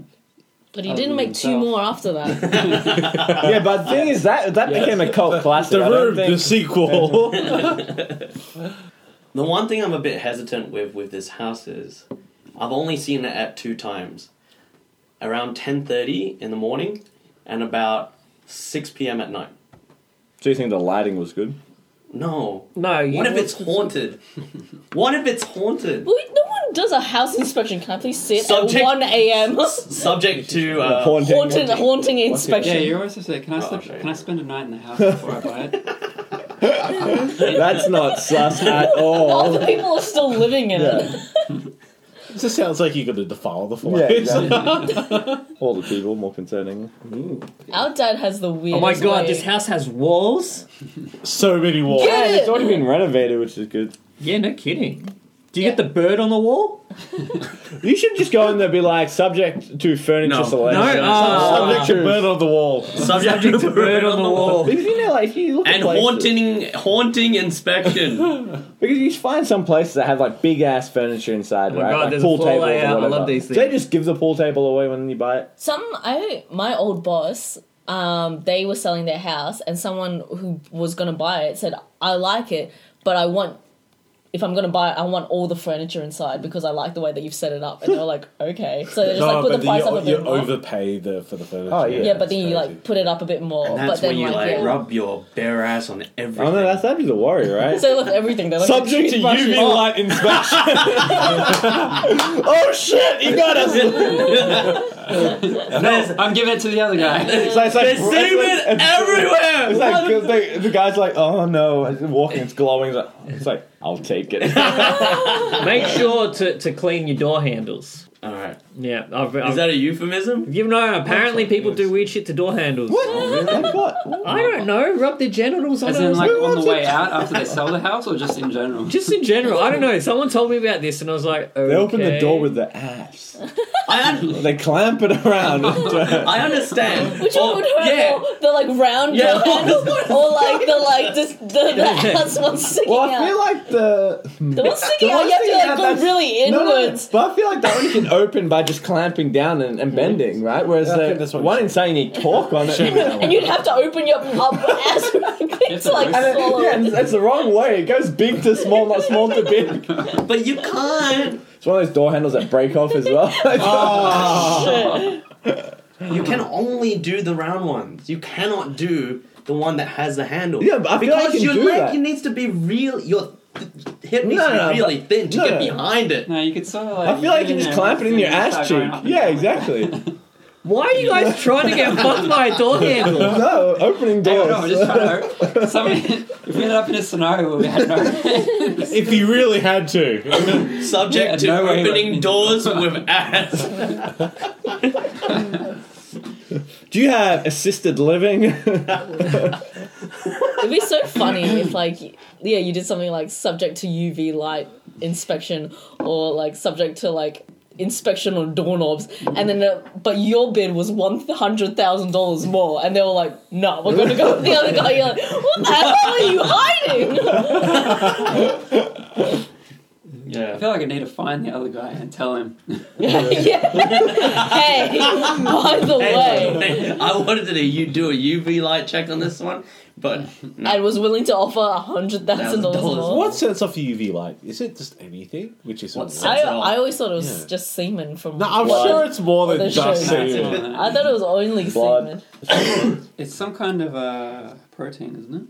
Speaker 4: But he
Speaker 5: Oh,
Speaker 4: didn't make two
Speaker 5: himself.
Speaker 4: more after that.
Speaker 1: yeah, but the thing is that that became a cult classic.
Speaker 6: The
Speaker 1: I don't
Speaker 6: room,
Speaker 1: think-
Speaker 6: the sequel.
Speaker 3: The one thing I'm a bit hesitant with with this house is, I've only seen it at two times, around ten thirty in the morning, and about six p.m. at night.
Speaker 1: Do you think the lighting was good?
Speaker 3: No.
Speaker 2: No, you
Speaker 3: What if it's haunted? what if it's haunted?
Speaker 4: Well, no one does a house inspection. Can I please see it
Speaker 3: Subject-
Speaker 4: at 1 a.m.?
Speaker 3: Subject to uh,
Speaker 1: Haunting.
Speaker 4: haunting, haunting inspection.
Speaker 5: Yeah, you're always say, "Can I
Speaker 3: Oh,
Speaker 5: sleep?
Speaker 3: shit.
Speaker 5: Can I spend a night in the house before I buy it?"
Speaker 1: That's not sus at
Speaker 4: All
Speaker 1: all.
Speaker 4: the people are still living in it.
Speaker 6: It just sounds like you're gonna defile the forest.
Speaker 1: Yeah, exactly. all the people more concerning.
Speaker 4: Our dad has the weirdest.
Speaker 2: Oh my god,
Speaker 4: way.
Speaker 2: this house has walls?
Speaker 6: So many walls.
Speaker 4: Yeah.
Speaker 1: And it's already been renovated, which is good.
Speaker 2: Yeah, no kidding. Do you
Speaker 4: Yeah.
Speaker 2: get the bird on the wall?
Speaker 1: You should just go in there and be like, subject to furniture
Speaker 3: No.
Speaker 1: selection.
Speaker 2: No, uh,
Speaker 1: subject
Speaker 6: Subject to bird on the wall.
Speaker 3: subject to
Speaker 2: The bird on the wall.
Speaker 1: Because you know, like, if you look at
Speaker 3: and
Speaker 1: places-
Speaker 3: haunting haunting inspection.
Speaker 1: Because you find some places that have like big ass furniture inside,
Speaker 2: Oh my
Speaker 1: right?
Speaker 2: God,
Speaker 1: like
Speaker 2: there's a pool
Speaker 1: tables or
Speaker 2: layout. I love
Speaker 1: whatever.
Speaker 2: these
Speaker 1: Do they
Speaker 2: things.
Speaker 1: just give the pool table away when you buy it?
Speaker 4: Some I my old boss, um, they were selling their house, and someone who was gonna buy it said, "I like it, but I want." If I'm gonna buy it, I want all the furniture inside because I like the way that you've set it up. And they were like, okay. So they just like put the price
Speaker 6: you,
Speaker 4: up a
Speaker 6: you
Speaker 4: bit more.
Speaker 6: overpay the, for the furniture.
Speaker 1: Oh, yeah.
Speaker 4: yeah, but then you like put it up a bit more.
Speaker 3: And
Speaker 4: but
Speaker 3: that's
Speaker 4: then
Speaker 3: when you like
Speaker 4: yeah.
Speaker 3: rub your bare ass on everything.
Speaker 1: Oh no, that's that'd be the worry, right?
Speaker 4: So they left everything. They left the
Speaker 1: subject to
Speaker 4: toothbrushes.
Speaker 1: UV light inspection. oh shit, he got us.
Speaker 3: There's,
Speaker 5: I'm giving it to the other guy.
Speaker 1: It's like, it's like,
Speaker 3: there's
Speaker 1: it's like-
Speaker 3: semen
Speaker 1: it's-
Speaker 3: everywhere.
Speaker 1: It's like 'cause they, the guy's like, oh no, as he's walking, it's glowing. It's like, it's like, I'll take it.
Speaker 2: Make sure to, to clean your door handles.
Speaker 3: All right.
Speaker 2: Yeah, I've, I've,
Speaker 3: Is that a euphemism?
Speaker 2: you know, apparently people do weird shit to door handles.
Speaker 6: What? like what?
Speaker 2: I don't know. Rub their genitals on
Speaker 5: As
Speaker 2: it.
Speaker 5: in, like, on the
Speaker 6: loves
Speaker 5: way out after they sell the house, or just in general?
Speaker 2: just in general, I don't know. Someone told me about this, and I was like, okay.
Speaker 6: They open the door with their ass.
Speaker 3: I, un-
Speaker 6: They clamp it around.
Speaker 3: I understand.
Speaker 4: Which
Speaker 3: Oh,
Speaker 4: one would hurt
Speaker 3: yeah.
Speaker 4: more? The like round
Speaker 3: Yeah.
Speaker 4: door handle or like the like just the, the ass one sticking
Speaker 6: well,
Speaker 4: out?
Speaker 6: I feel like the
Speaker 4: the one sticking
Speaker 6: the
Speaker 4: out,
Speaker 6: one
Speaker 4: you have
Speaker 6: sticking
Speaker 4: to like
Speaker 6: out,
Speaker 4: go
Speaker 6: that's-
Speaker 4: really
Speaker 6: No, no, no,
Speaker 4: inwards. Hmm.
Speaker 6: but I feel like that one you can open by just clamping down and, and bending, right? Whereas
Speaker 1: Yeah, I think
Speaker 6: the
Speaker 1: that's what
Speaker 6: one
Speaker 1: you
Speaker 6: inside you need torque on it.
Speaker 1: Shame that
Speaker 4: And you'd have to open your up ass to like
Speaker 5: And
Speaker 6: And it-
Speaker 4: swallow.
Speaker 6: yeah, and it's the wrong way. It goes big to small, not small to big.
Speaker 3: But you can't.
Speaker 6: It's one of those door handles that break off as well.
Speaker 3: You can only do the round ones. You cannot do the one that has the handle.
Speaker 6: Yeah, but I feel
Speaker 3: because
Speaker 6: I can
Speaker 3: your
Speaker 6: do
Speaker 3: leg
Speaker 6: that.
Speaker 3: needs to be real. Your hip needs
Speaker 6: No,
Speaker 3: to
Speaker 6: no,
Speaker 3: be really thin to
Speaker 6: no,
Speaker 3: get
Speaker 6: no.
Speaker 3: behind it.
Speaker 5: No, you could sort of like.
Speaker 6: I feel like you just clamp it in your ass cheek. Yeah, exactly.
Speaker 2: Why are you guys trying to get fucked by a door handle?
Speaker 6: No, opening
Speaker 5: No,
Speaker 6: doors.
Speaker 5: no, I'm just trying to. Somebody, if we ended up in a scenario where we had no,
Speaker 6: if you really had to.
Speaker 3: Subject
Speaker 5: Yeah,
Speaker 3: to
Speaker 5: no way
Speaker 3: opening
Speaker 5: would-
Speaker 3: doors with ass.
Speaker 6: Do you have assisted living?
Speaker 4: It'd be so funny if like yeah, you did something like subject to UV light inspection or like subject to like inspection on doorknobs and then uh, but your bid was one hundred thousand dollars more and they were like no we're gonna go with the other guy you're like what the hell are you hiding
Speaker 5: I
Speaker 3: Yeah.
Speaker 5: feel like I need to find the other guy and tell him.
Speaker 4: yeah. hey by the way
Speaker 3: I wanted to you do a UV light check on this one, but
Speaker 4: and was willing to offer a hundred thousand dollars more
Speaker 6: what sets off UV light? Is it just anything? Which is
Speaker 3: What's
Speaker 4: I,
Speaker 3: That's all.
Speaker 4: I always thought it was
Speaker 6: Yeah.
Speaker 4: just semen from
Speaker 6: No, I'm
Speaker 4: blood.
Speaker 6: sure it's more
Speaker 4: Well,
Speaker 6: than
Speaker 4: they
Speaker 6: just
Speaker 4: show you.
Speaker 6: semen.
Speaker 4: I thought it was only
Speaker 6: Blood.
Speaker 4: semen
Speaker 5: It's some kind of uh, protein, isn't it?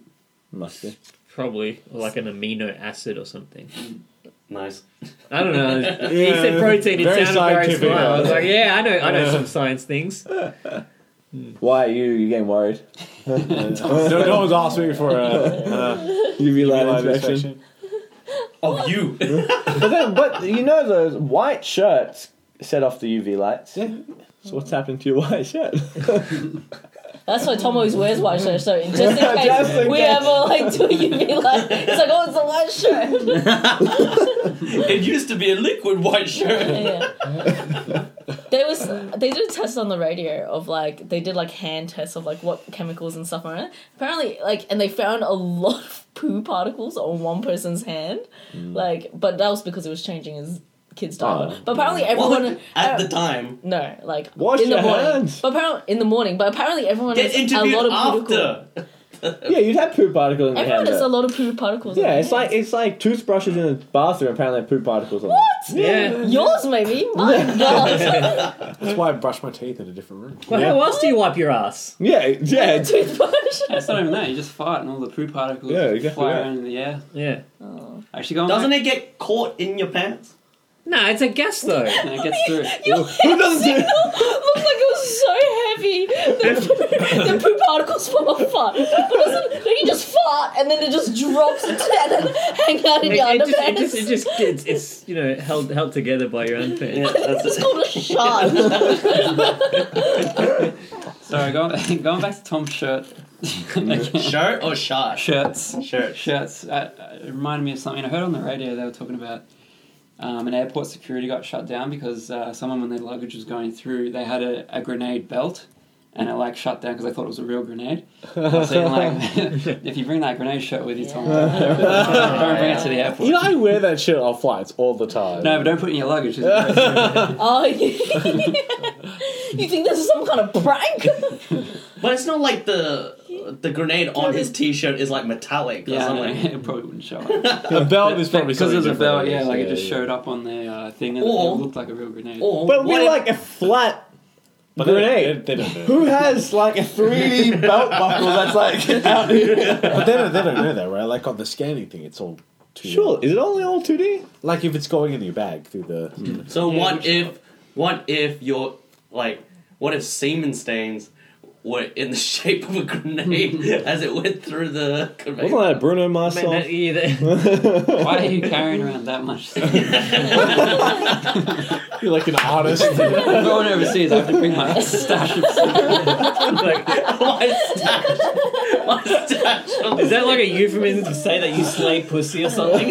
Speaker 6: Must be.
Speaker 2: Probably like an amino acid or something.
Speaker 3: nice.
Speaker 2: I don't know. he said protein. It
Speaker 6: very
Speaker 2: sounded very
Speaker 6: scientific.
Speaker 2: smart. I was like, yeah, I know, I know some science things.
Speaker 6: Why are you? You getting worried? no, no one's asked me for a uh, UV light inspection.
Speaker 3: Oh, you.
Speaker 6: But, then, but you know those white shirts set off the UV lights. Yeah. So what's happened to your white shirt?
Speaker 4: That's why Tom always wears white shirts. So just in case
Speaker 6: Just in
Speaker 4: we
Speaker 6: case.
Speaker 4: ever like do UV light, it's like, oh, it's a white shirt.
Speaker 3: it used to be a liquid white shirt.
Speaker 4: Yeah. There was they did a test on the radio of like they did like hand tests of like what chemicals and stuff are in it. Apparently, like and they found a lot of poo particles on one person's hand. Like, but that was because it was changing his kid's diaper.
Speaker 6: Oh.
Speaker 4: But apparently, everyone uh,
Speaker 3: Well, at the time,
Speaker 4: no like
Speaker 6: Wash
Speaker 4: in the
Speaker 6: your
Speaker 4: morning.
Speaker 6: hands.
Speaker 4: But apparently in the morning. But apparently, everyone
Speaker 3: get
Speaker 4: has a lot
Speaker 3: interviewed
Speaker 4: of particle.
Speaker 3: after.
Speaker 6: yeah, you'd have poop particles in your
Speaker 4: Everyone
Speaker 6: hand.
Speaker 4: has a
Speaker 6: though.
Speaker 4: lot of poo particles. on
Speaker 6: Yeah,
Speaker 4: their
Speaker 6: it's like
Speaker 4: hands.
Speaker 6: it's like toothbrushes in the bathroom. Apparently, have poop particles on.
Speaker 4: What?
Speaker 2: Yeah.
Speaker 4: Yours, maybe. Mine does.
Speaker 6: That's why I brush my teeth in a different room.
Speaker 2: Well, how else do you wipe your ass?
Speaker 6: Yeah, yeah. it's-
Speaker 4: Toothbrush.
Speaker 5: Yeah, it's not even that. You just fart, and all the poo particles
Speaker 6: Yeah, exactly
Speaker 5: fly
Speaker 6: that.
Speaker 5: around in the air.
Speaker 2: Yeah.
Speaker 5: Actually, going
Speaker 3: Doesn't
Speaker 5: back,
Speaker 3: it get caught in your pants?
Speaker 2: No, it's a gas though.
Speaker 5: and it gets through.
Speaker 4: Your hand signal looked like it was so heavy that the poo particles fall apart. But doesn't, don't you just fart and then it just drops and then hang out in
Speaker 2: It,
Speaker 4: your
Speaker 2: it just, it
Speaker 4: underpants?
Speaker 2: just, it just it's, it's you know held held together by your underpants.
Speaker 3: Yeah, that's
Speaker 4: It's
Speaker 3: it.
Speaker 4: called a shard.
Speaker 5: Sorry, going, going back to Tom's shirt.
Speaker 3: Shirt or shot?
Speaker 5: Shirts.
Speaker 3: Shirt.
Speaker 5: Shirts. Uh, uh, it reminded me of something I heard on the radio. They were talking about um, an airport security got shut down because uh, someone, when their luggage was going through, they had a, a grenade belt. And it like shut down because they thought it was a real grenade. So like, if you bring that grenade shirt with you, Tom, don't, don't bring it to the airport.
Speaker 6: You know, I wear that shirt on flights all the time.
Speaker 5: No, but don't put it in your luggage. it's a grenade.
Speaker 4: oh, yeah. you think this is some kind of prank?
Speaker 3: But it's not like the the grenade on his t-shirt is like metallic or
Speaker 5: Yeah, I know,
Speaker 3: something.
Speaker 5: it probably wouldn't show up.
Speaker 6: a belt is probably
Speaker 5: Because it was a
Speaker 6: something
Speaker 5: belt,
Speaker 6: different.
Speaker 5: yeah, like it just showed up on the uh, thing and
Speaker 3: Or-
Speaker 5: it looked like a real grenade.
Speaker 3: Or
Speaker 6: But
Speaker 3: what
Speaker 6: we
Speaker 3: if-
Speaker 6: like a flat grenade.
Speaker 7: They, they don't do
Speaker 6: Who has like a 3D belt buckle that's like out here?
Speaker 7: But they don't, they don't know that, right? Like on the scanning thing, it's all two.
Speaker 6: Sure, is it only all 2D?
Speaker 7: Like if it's going in your bag through the.
Speaker 3: so what if what if your like what if semen stains were in the shape of a grenade as it went through the conveyor.
Speaker 1: Wasn't that Bruno Mars
Speaker 2: Man,
Speaker 1: song?
Speaker 2: that, yeah, that-
Speaker 5: Why are you carrying around that much? stuff?
Speaker 6: You're like an artist.
Speaker 5: I'm going overseas. I have to bring my stash of stuff.
Speaker 2: like,
Speaker 3: my stash, my stash. of-
Speaker 2: is that like a euphemism to say that you slay pussy or something?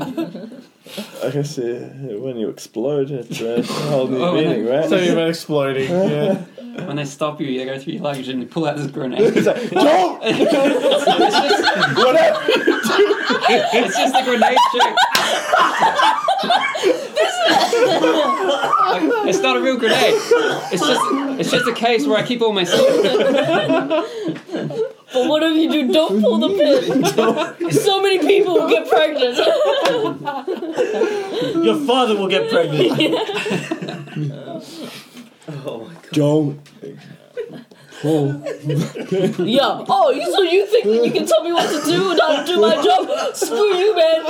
Speaker 1: I guess uh, when you explode, it's uh, a whole new
Speaker 5: Oh,
Speaker 1: meaning, right?
Speaker 6: so you're exploding. Yeah.
Speaker 5: When they stop you, they go through your luggage and you pull out this grenade.
Speaker 1: It's like, don't! Whatever!
Speaker 5: it's just the grenade trick. Like, it's not a real grenade. It's just it's just a case where I keep all my stuff.
Speaker 4: But what if you do? Don't pull the pin. so many people will get pregnant.
Speaker 2: Your father will get pregnant.
Speaker 1: Don't!
Speaker 4: yeah. Oh, you, so you think that you can tell me what to do and how to do my job? Screw you, man.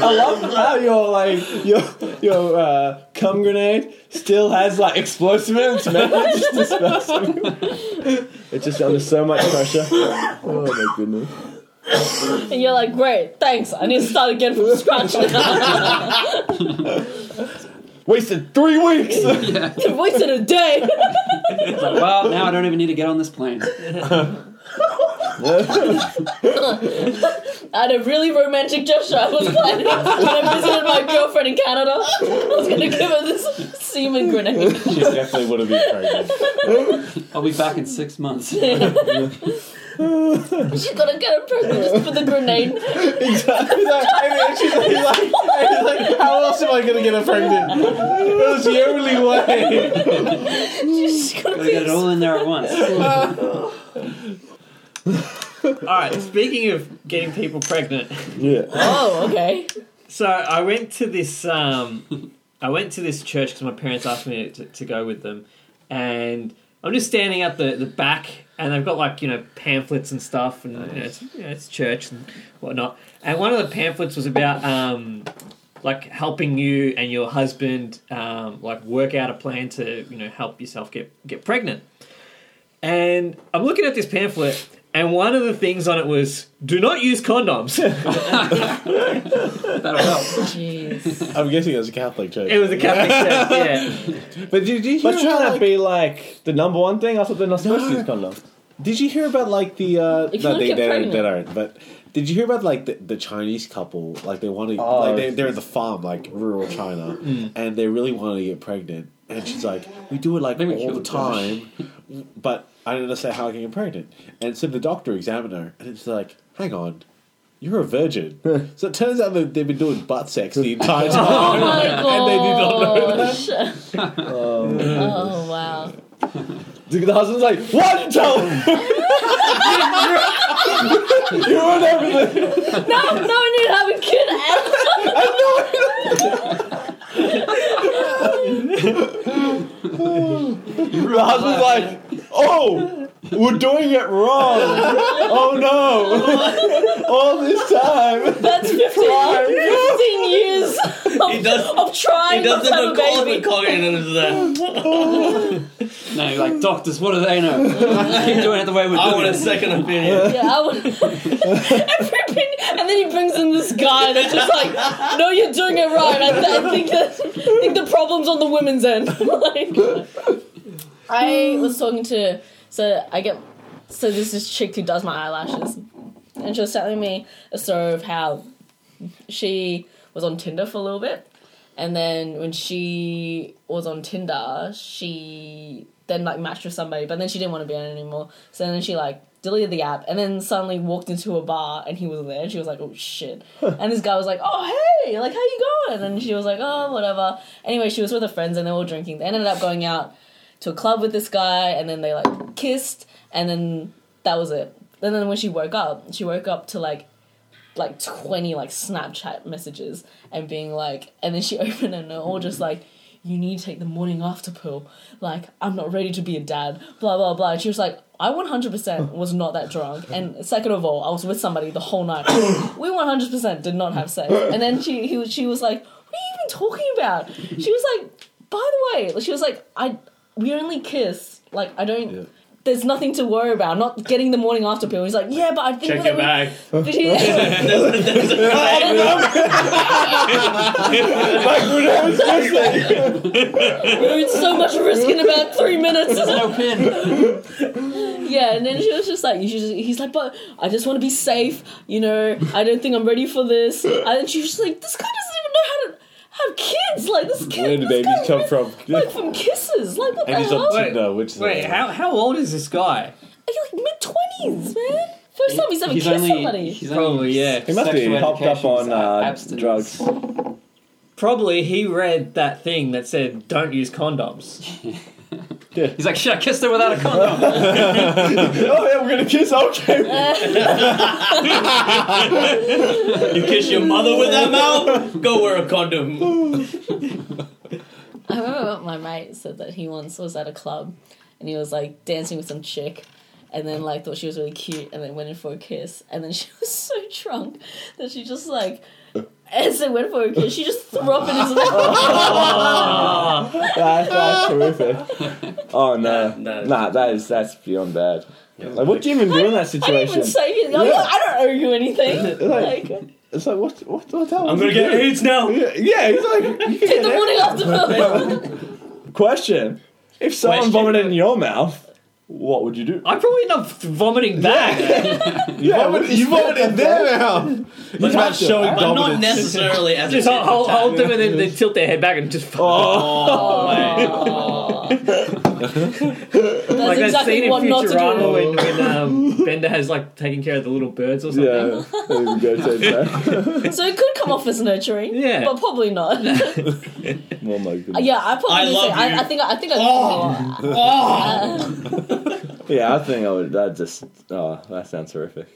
Speaker 1: I love how your, like, your, your uh, cum grenade still has, like, explosive in it. It's meant to just disperse it. It's just under so much pressure. Oh my goodness.
Speaker 4: And you're like, great, thanks. I need to start again from scratch.
Speaker 1: Wasted three weeks!
Speaker 4: Wasted a day.
Speaker 5: Well, now I don't even need to get on this plane.
Speaker 4: I had a really romantic gesture I was planning when I visited my girlfriend in Canada. I was gonna give her this semen grenade.
Speaker 6: She definitely would have been pregnant.
Speaker 5: I'll be back in six months.
Speaker 4: She's gonna get her pregnant just for the grenade.
Speaker 6: Exactly. He's like, and she's like, he's like, and he's like, how else am I gonna get her pregnant? It was the only way.
Speaker 4: She's gonna
Speaker 5: Gotta get it
Speaker 4: be
Speaker 5: all in there at once.
Speaker 2: All right. Speaking of getting people pregnant,
Speaker 1: Yeah.
Speaker 4: Oh, okay.
Speaker 2: so I went to this. Um, I went to this church because my parents asked me to, to go with them, and I'm just standing at the the back, and they've got like you know pamphlets and stuff, and you know, it's, you know, it's church and whatnot. And one of the pamphlets was about um, like helping you and your husband um, like work out a plan to you know help yourself get get pregnant. And I'm looking at this pamphlet, and one of the things on it was do not use condoms.
Speaker 5: That'll help.
Speaker 4: Jeez.
Speaker 6: I'm guessing it was a Catholic joke.
Speaker 2: It was a Catholic church, yeah.
Speaker 6: But did you hear
Speaker 1: But shouldn't
Speaker 6: about,
Speaker 1: that
Speaker 6: like,
Speaker 1: be, like, the number one thing? I thought they're not supposed to
Speaker 6: No.
Speaker 1: use condoms.
Speaker 6: Did you hear about like the? Uh,
Speaker 4: If you
Speaker 6: no,
Speaker 4: wanna
Speaker 6: they,
Speaker 4: get
Speaker 6: they, don't, they
Speaker 4: pregnant.
Speaker 6: don't. But did you hear about like the, the Chinese couple? Like they want to,
Speaker 1: Oh.
Speaker 6: like they, they're at the farm, like rural China, and they really wanted to get pregnant. And she's like, "We do it like
Speaker 5: They were
Speaker 6: all the
Speaker 5: killed by
Speaker 6: time, but I don't understand how I can get pregnant." And so the doctor examined her, and it's like, "Hang on." You're a virgin. so it turns out that they've been doing butt sex the entire time.
Speaker 4: Oh my gosh.
Speaker 6: And they did not know
Speaker 4: Oh wow.
Speaker 1: The the husband's like, why did you tell him? you ruined everything.
Speaker 4: No, no, I need to have a kid.
Speaker 1: The husband's like, oh, we're doing it wrong. Oh no. All this time.
Speaker 4: That's 15, 15 years
Speaker 3: He
Speaker 4: of,
Speaker 3: does.
Speaker 4: of trying
Speaker 3: He
Speaker 4: not
Speaker 3: doesn't
Speaker 4: to have a
Speaker 3: look all the
Speaker 4: baby.
Speaker 3: cognitive of that.
Speaker 5: No, you're like doctors, what do they know? Keep doing it the way we're
Speaker 3: I want
Speaker 5: doing
Speaker 3: a
Speaker 5: it.
Speaker 3: second opinion.
Speaker 4: Yeah, I would. Every opinion, and then he brings in this guy that's just like, "No, you're doing it right." I, th- I think that I think the problem's on the women's end. like, I was talking to so I get so there's this chick who does my eyelashes, and she was telling me a story of how she was on Tinder for a little bit, and then when she was on Tinder, she then like matched with somebody, but then she didn't want to be on it anymore. So then she like deleted the app, and then suddenly walked into a bar, and he was there, and she was like, "Oh shit!" and this guy was like, "Oh hey, like how you going?" And she was like, "Oh whatever." Anyway, she was with her friends, and they were all drinking. They ended up going out to a club with this guy, and then they like kissed, and then that was it. And then when she woke up, she woke up to like like 20 like Snapchat messages and being like, and then she opened it and they're all just like, you need to take the morning after pill. Like, I'm not ready to be a dad. Blah, blah, blah. And she was like, I 100% was not that drunk. And second of all, I was with somebody the whole night. we 100% did not have sex. And then she, he, was- she was like, what are you even talking about? She was like, by the way, she was like, I we only kiss. Like I don't.
Speaker 6: Yeah.
Speaker 4: There's nothing to worry about. Not getting the morning after pill. He's like, yeah, but I think
Speaker 3: Check
Speaker 4: that
Speaker 3: your
Speaker 4: we-
Speaker 3: bag.
Speaker 4: But she- we were in so much risk in about three minutes.
Speaker 5: No pin.
Speaker 4: Yeah, and then she was just like, you should just, he's like, but I just want to be safe, you know, I don't think I'm ready for this. And then she was just like, this guy doesn't even know how to have kids. Like, this kid.
Speaker 6: Where do
Speaker 4: this
Speaker 6: babies
Speaker 4: guy
Speaker 6: come
Speaker 4: really-
Speaker 6: from?
Speaker 4: Like, from kisses. Like, what
Speaker 6: and
Speaker 4: the
Speaker 6: he's
Speaker 4: hell?
Speaker 6: on
Speaker 4: Are
Speaker 2: Wait,
Speaker 6: Tinder, which is
Speaker 2: Wait, how, how old is this guy?
Speaker 4: you like mid 20s, man? First time he's ever
Speaker 5: He's
Speaker 4: kissed
Speaker 5: only-
Speaker 4: somebody.
Speaker 5: he's only
Speaker 2: Probably, yeah.
Speaker 1: He must be
Speaker 5: Sexual
Speaker 1: popped up
Speaker 5: education's,
Speaker 1: on
Speaker 5: uh,
Speaker 1: uh,
Speaker 5: abstinence.
Speaker 1: drugs.
Speaker 2: Probably he read that thing that said, don't use condoms.
Speaker 5: He's like, shit, I kissed her without a condom.
Speaker 1: oh yeah, we're gonna kiss. Okay.
Speaker 4: Uh,
Speaker 3: You kiss your mother with that mouth? Go wear a condom.
Speaker 4: I remember my mate said that he once was at a club and he was like dancing with some chick and then like thought she was really cute and then went in for a kiss and then she was so drunk that she just like as they went for a kiss she just threw up in his
Speaker 2: Ah,
Speaker 1: That's, that's terrific. Oh no,
Speaker 3: No, no.
Speaker 1: nah, that is that's beyond bad. Like, what do you even do in that
Speaker 4: I didn't
Speaker 1: situation?
Speaker 4: even say anything. I was like, I don't owe you anything.
Speaker 1: Like-
Speaker 4: like,
Speaker 1: It's like what, what, what the hell?
Speaker 3: I'm
Speaker 1: was
Speaker 3: gonna
Speaker 1: he
Speaker 3: get
Speaker 1: doing?
Speaker 3: AIDS now.
Speaker 1: Yeah, yeah, he's like, you can
Speaker 4: take
Speaker 1: get
Speaker 4: the
Speaker 1: it.
Speaker 4: morning after pill.
Speaker 1: Question: If someone
Speaker 3: Question.
Speaker 1: vomited in your mouth, what would you do?
Speaker 2: I'm probably not vomiting back.
Speaker 1: Yeah,
Speaker 6: What would- you vomited there now.
Speaker 3: But
Speaker 6: not
Speaker 3: not,
Speaker 6: showing
Speaker 3: but not
Speaker 6: dominance.
Speaker 3: necessarily as
Speaker 2: Just
Speaker 3: a
Speaker 2: hold, hold,
Speaker 3: tit for
Speaker 2: hold them and then they tilt their head back and just fuck off.
Speaker 3: Oh, man.
Speaker 4: That's
Speaker 2: Like that
Speaker 4: exactly
Speaker 2: scene in
Speaker 4: what not to
Speaker 2: Futurama
Speaker 4: do.
Speaker 2: when, when um, Bender has like taking care of the little birds or something.
Speaker 6: Uh,
Speaker 1: Yeah, we go take that.
Speaker 4: So it could come off as nurturing,
Speaker 2: Yeah.
Speaker 4: but probably not.
Speaker 1: Oh my goodness.
Speaker 4: yeah, I probably
Speaker 3: I
Speaker 4: would
Speaker 3: love
Speaker 4: say,
Speaker 3: you.
Speaker 4: I,
Speaker 3: Oh,
Speaker 4: I think I think I.
Speaker 1: Yeah, I think I would. That just oh, that sounds horrific.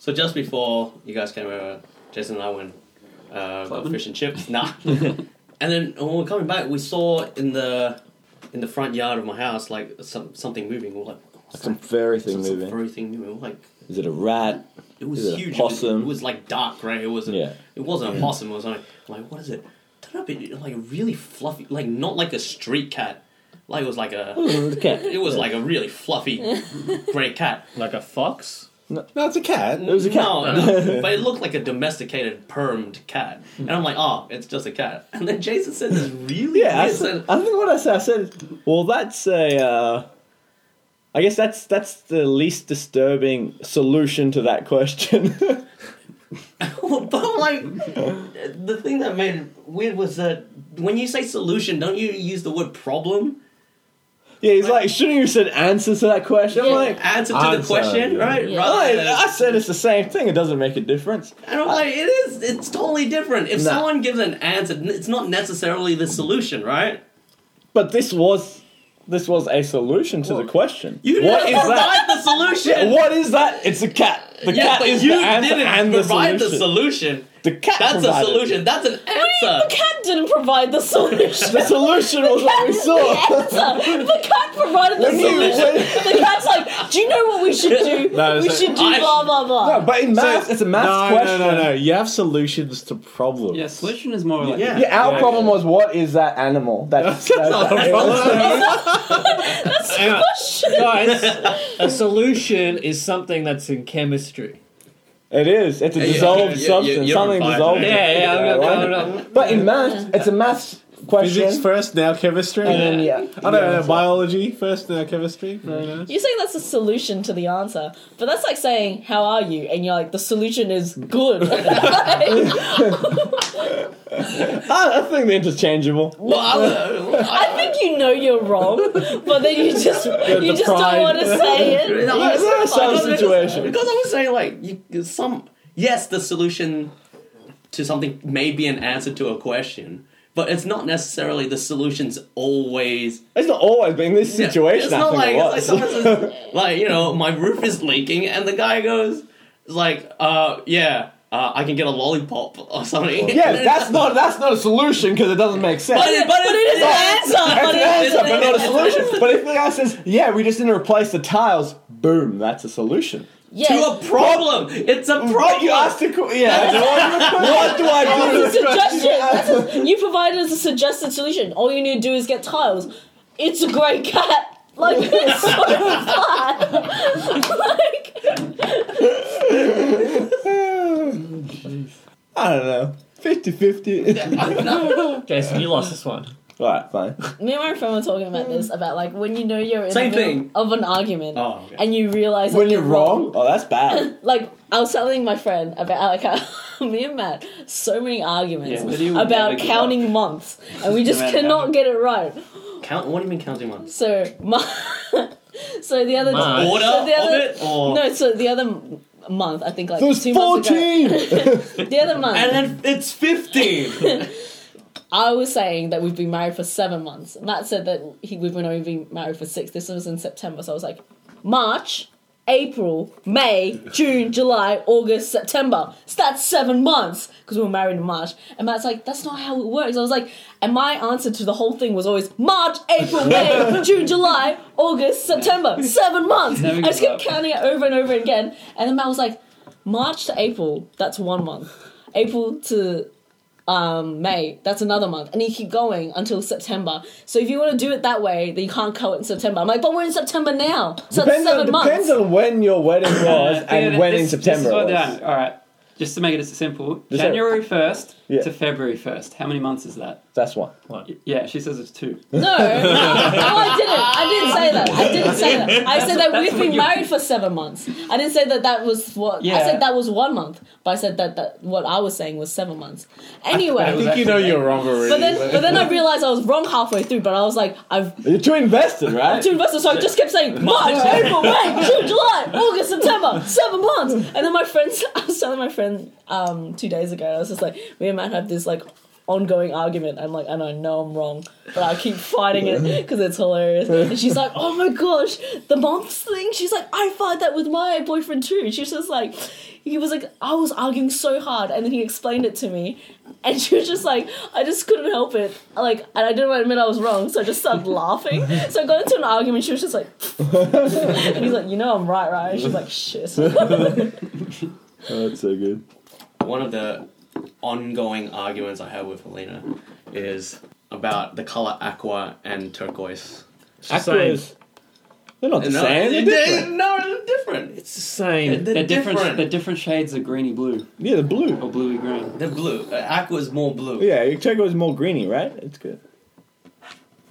Speaker 3: So just before you guys came over, Jason and I went uh, got
Speaker 5: Clubbing?
Speaker 3: fish and chips. Nah. and then when we we're coming back, we saw in the in the front yard of my house like some something moving. We We're like,
Speaker 1: Like some fairy thing
Speaker 3: some, some
Speaker 1: moving.
Speaker 3: furry thing moving. We We're like,
Speaker 1: Is it a rat?
Speaker 3: it was
Speaker 1: Is it a
Speaker 3: huge. It was,
Speaker 1: possum?
Speaker 3: it was like dark, right? It wasn't.
Speaker 1: Yeah.
Speaker 3: It wasn't a possum. It was like, like what is it? Turned up in like a really fluffy, like not like a street cat. Like it was like a,
Speaker 1: Okay.
Speaker 3: it was like a really fluffy grey cat.
Speaker 2: Like a fox?
Speaker 6: No, it's a cat.
Speaker 1: It was a cat.
Speaker 3: No, no, but it looked like a domesticated, permed cat. And I'm like, oh, it's just a cat. And then Jason said this really
Speaker 1: Yeah, I,
Speaker 3: weird
Speaker 1: said,
Speaker 3: sentence.
Speaker 1: I think what I said, I said, well, that's a. Uh, I guess that's that's the least disturbing solution to that question.
Speaker 3: but I'm like, the thing that made it weird was that when you say solution, don't you use the word problem?
Speaker 1: yeah, he's like, shouldn't you said answer to that question? I'm
Speaker 4: Yeah.
Speaker 1: like,
Speaker 3: Answer to the
Speaker 6: Answer,
Speaker 3: question,
Speaker 6: yeah.
Speaker 3: right?
Speaker 4: Yeah.
Speaker 3: Rather
Speaker 1: I,
Speaker 3: than-
Speaker 1: I said it's the same thing. It doesn't make a difference.
Speaker 3: and I'm like, it is. It's totally different. If
Speaker 1: Nah.
Speaker 3: someone gives an answer, it's not necessarily the solution, right?
Speaker 1: But this was this was a solution to the question.
Speaker 3: You
Speaker 1: what
Speaker 3: didn't
Speaker 1: is
Speaker 3: provide
Speaker 1: that?
Speaker 3: the solution.
Speaker 1: What is that? It's a cat. The
Speaker 3: Yeah,
Speaker 1: cat
Speaker 3: but
Speaker 1: is
Speaker 3: you
Speaker 1: the answer
Speaker 3: didn't
Speaker 1: and the
Speaker 3: provide
Speaker 1: solution.
Speaker 3: the solution.
Speaker 1: The cat
Speaker 3: That's a
Speaker 1: provided.
Speaker 3: solution. That's an answer.
Speaker 4: The cat didn't provide the solution.
Speaker 1: The solution was what we saw.
Speaker 4: answer. The cat provided the
Speaker 1: When you-
Speaker 4: solution. The cat's like, do you know what we should do?
Speaker 6: No,
Speaker 4: we
Speaker 6: it's
Speaker 4: should do
Speaker 3: I-
Speaker 4: blah blah blah.
Speaker 1: No, but in maths, it's a maths
Speaker 6: no,
Speaker 1: question.
Speaker 6: no, no, no. You have solutions to problems.
Speaker 5: yeah, solution is more like.
Speaker 3: Yeah.
Speaker 1: Yeah, our problem was what is that animal? That's, that's,
Speaker 6: Oh, Hang on.
Speaker 2: Guys, a solution is something that's in chemistry.
Speaker 1: it is. It's a
Speaker 3: yeah,
Speaker 1: dissolved
Speaker 3: yeah,
Speaker 1: substance.
Speaker 3: yeah, you're
Speaker 1: something
Speaker 3: on fire
Speaker 1: dissolved.
Speaker 3: today.
Speaker 2: Yeah, yeah, I'm gonna- I'm gonna-
Speaker 1: But in maths, it's a maths question.
Speaker 6: Physics first, now chemistry. Oh,
Speaker 1: and then yeah,
Speaker 6: I don't
Speaker 1: yeah,
Speaker 6: know, biology first, now chemistry. Fair enough.
Speaker 4: You're saying that's a solution to the answer, but that's like saying, "How are you?" and you're like, "The solution is good." Like,
Speaker 1: Ah, I, I think they're interchangeable.
Speaker 3: Well, I,
Speaker 4: I think you know you're wrong, but then you just you just
Speaker 6: pride.
Speaker 4: don't want to say it.
Speaker 3: No,
Speaker 1: That's not a sound
Speaker 3: because-
Speaker 1: situation.
Speaker 3: Because I would say, like, you, some yes, the solution to something may be an answer to a question, but it's not necessarily the solution's always.
Speaker 1: It's not always been this situation.
Speaker 3: it's not
Speaker 1: I
Speaker 3: like
Speaker 1: think
Speaker 3: it's
Speaker 1: it
Speaker 3: like,
Speaker 1: was.
Speaker 3: someone says, like you know, my roof is leaking, and the guy goes, like, uh, yeah, uh, I can get a lollipop or something.
Speaker 1: yeah, that's not that's not a solution because it doesn't make sense.
Speaker 3: But it- but
Speaker 4: But it is an answer.
Speaker 1: That's
Speaker 4: But
Speaker 1: an
Speaker 4: it is
Speaker 1: answer, but
Speaker 4: an
Speaker 1: not a
Speaker 4: answer.
Speaker 1: solution. But if the guy says, "Yeah, we just didn't replace the tiles," boom, that's a solution.
Speaker 4: Yeah.
Speaker 3: to a problem. It's a problem.
Speaker 1: You asked a qu- yeah. what do I do?
Speaker 4: That's a
Speaker 1: with this question?
Speaker 4: suggestion. That's a, you provided us a suggested solution. All you need to do is get tiles. It's a great cat. Like it's so flat. like
Speaker 1: I don't know. 50-50.
Speaker 2: Jason, you lost this one.
Speaker 1: Alright, fine.
Speaker 4: me and my friend were talking about this about like when you know you're in
Speaker 3: Same
Speaker 4: the middle
Speaker 3: thing.
Speaker 4: of an argument
Speaker 3: Oh, okay.
Speaker 4: and you realize that
Speaker 1: Uh. When you're wrong, oh, that's bad.
Speaker 4: Like I was telling my friend about like how me and Matt so many arguments
Speaker 5: Yeah, but he would never
Speaker 4: about
Speaker 5: give
Speaker 4: counting months and we just
Speaker 5: No matter how
Speaker 4: cannot
Speaker 5: much-
Speaker 4: get it right.
Speaker 3: Count. What do you mean counting one?
Speaker 4: So my so the other
Speaker 2: Month.
Speaker 4: so
Speaker 3: Order
Speaker 4: the
Speaker 3: of
Speaker 4: other-
Speaker 3: it, or
Speaker 4: No, so the other m- month, I think like
Speaker 1: There's
Speaker 4: two months ago.
Speaker 1: 14!
Speaker 4: The other month,
Speaker 3: and then it's fifteen.
Speaker 4: I was saying that we've been married for seven months. Matt said that he, we've been only been married for six. This was in September, so I was like, March, April, May, June, July, August, September. So that's seven months because we were married in March. And Matt's like, that's not how it works. I was like, and my answer to the whole thing was always March, April, May, June, July, August, September. Seven months.
Speaker 5: Never
Speaker 4: I just kept
Speaker 5: gives up.
Speaker 4: counting it over and over again. And then Matt was like, March to April, that's one month. April to um, May, that's another month. And you keep going until September. So if you want to do it that way, then you can't count it in September. I'm like, but we're in September now. So that's
Speaker 1: depends, on,
Speaker 4: seven months.
Speaker 1: depends on when your wedding was and
Speaker 5: Uh, Yeah,
Speaker 1: when
Speaker 5: this-
Speaker 1: in September
Speaker 5: This is what
Speaker 1: it was.
Speaker 5: they are. All right. Just to make it as simple,
Speaker 1: Just-
Speaker 5: January first
Speaker 1: Yeah.
Speaker 5: to February first. How many months is that?
Speaker 1: That's one.
Speaker 5: Yeah, she says it's two.
Speaker 4: No, no, I didn't. I didn't say that. I didn't say that. I said that we've been married for seven months. I didn't say that that was what. I
Speaker 5: Yeah.
Speaker 4: said that was one month, but I said that, that what I was saying was seven months.
Speaker 5: I
Speaker 4: Anyway,
Speaker 5: think you know you're wrong already.
Speaker 4: but then but then I realized I was wrong halfway through. But I was like, I've
Speaker 1: You're too invested, right?
Speaker 4: two investors, so I just kept saying March, April, May, June, July, August, September, seven months. And then my friends, I was telling my friend um, two days ago, I was just like, me and Matt have this like ongoing argument. I'm like, and I know I'm wrong, but I keep fighting it because it's hilarious. And she's like, oh my gosh, the months thing. She's like, I fight that with my boyfriend too. She's just like, he was like, I was arguing so hard, and then he explained it to me, and she was just like, I just couldn't help it. Like, and I didn't want to admit I was wrong, so I just started laughing. So I got into an argument, she was just like, and he's like, you know I'm right, right? And she's like, shit.
Speaker 1: Oh, that's so good.
Speaker 3: One of the ongoing arguments I have with Helena is about the color aqua and turquoise.
Speaker 1: Aquas. They're not the
Speaker 3: No,
Speaker 1: same. They're
Speaker 3: they-
Speaker 1: different.
Speaker 3: no, they're different. It's
Speaker 2: It's the same.
Speaker 3: they're,
Speaker 5: they're different.
Speaker 3: different.
Speaker 5: They're different shades of greeny blue
Speaker 1: Yeah, the
Speaker 5: or
Speaker 1: blue.
Speaker 5: bluey green.
Speaker 3: They're blue. Uh, aqua's more blue.
Speaker 1: Yeah, your turquoise is more greeny, right? It's good.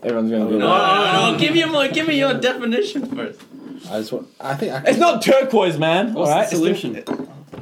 Speaker 1: Everyone's gonna go.
Speaker 3: No, no, no, no. Give me more. Give me your definition first.
Speaker 6: I just want. I think I
Speaker 1: It's not turquoise, man.
Speaker 5: What's
Speaker 1: all right,
Speaker 5: the solution?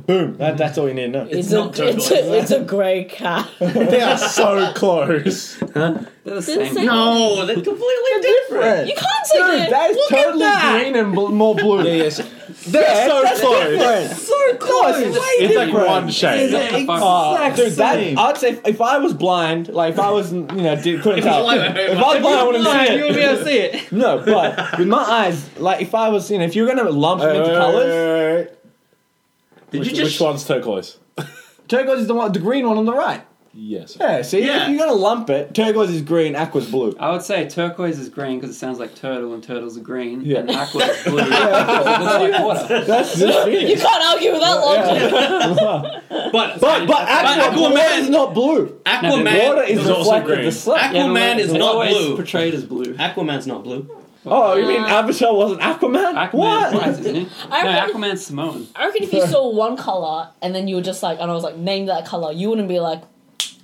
Speaker 1: boom. That, that's all you need to know.
Speaker 4: It's,
Speaker 3: not
Speaker 4: a, it's, a,
Speaker 3: turquoise.
Speaker 4: it's a grey cat.
Speaker 6: They are so close.
Speaker 5: They're the
Speaker 4: They're
Speaker 5: same.
Speaker 4: the same.
Speaker 3: No, Oh, they're completely different.
Speaker 4: You can't say
Speaker 1: Dude,
Speaker 4: that.
Speaker 1: that is totally green and bl- more blue.
Speaker 6: Yeah, yes. They're
Speaker 1: Yeah,
Speaker 6: so
Speaker 1: that's
Speaker 6: close.
Speaker 1: different.
Speaker 3: So close.
Speaker 1: it's-
Speaker 3: Why
Speaker 6: It's like
Speaker 1: Different.
Speaker 6: one shade.
Speaker 5: What the fuck?
Speaker 1: Oh, dude, that, I'd say if, if I was blind, like if I was, you know, did, couldn't
Speaker 3: you
Speaker 1: tell.
Speaker 3: were
Speaker 1: If
Speaker 3: blind,
Speaker 1: I was blind, I wouldn't see
Speaker 2: you
Speaker 1: it.
Speaker 2: wouldn't be able to see it.
Speaker 1: No, but with my eyes, like if I was, you know, if you were gonna lump them into colors,
Speaker 6: Wait, wait, wait, wait.
Speaker 3: Did
Speaker 6: Which,
Speaker 3: you just
Speaker 6: which one's turquoise?
Speaker 1: turquoise is the one, the green one on the right.
Speaker 6: Yes.
Speaker 1: Yeah, see,
Speaker 3: Yeah.
Speaker 1: if you're gonna lump it, turquoise is green, aqua's blue.
Speaker 5: I would say turquoise is green because it sounds like turtle, and turtles are green,
Speaker 1: Yeah.
Speaker 5: and aqua is blue. because it looks like water.
Speaker 1: That's just
Speaker 4: You
Speaker 1: it.
Speaker 4: can't argue with that logic.
Speaker 3: But
Speaker 1: But but aqua,
Speaker 3: Aquaman-
Speaker 1: water is not blue.
Speaker 3: Aquaman
Speaker 1: Water is
Speaker 6: is also
Speaker 1: reflective.
Speaker 6: green.
Speaker 1: The sun.
Speaker 5: Yeah, but
Speaker 3: Aquaman is
Speaker 5: it's
Speaker 3: not
Speaker 5: always
Speaker 3: blue.
Speaker 5: portrayed as blue.
Speaker 3: Aquaman's not blue.
Speaker 1: Oh, you mean Avatar wasn't Aquaman?
Speaker 5: Aquaman's
Speaker 1: what?
Speaker 5: white, isn't he?
Speaker 4: I
Speaker 5: No,
Speaker 4: reckon-
Speaker 5: Aquaman's Samoan.
Speaker 4: I reckon if you saw one color and then you were just like, and I was like, name that color, you wouldn't be like,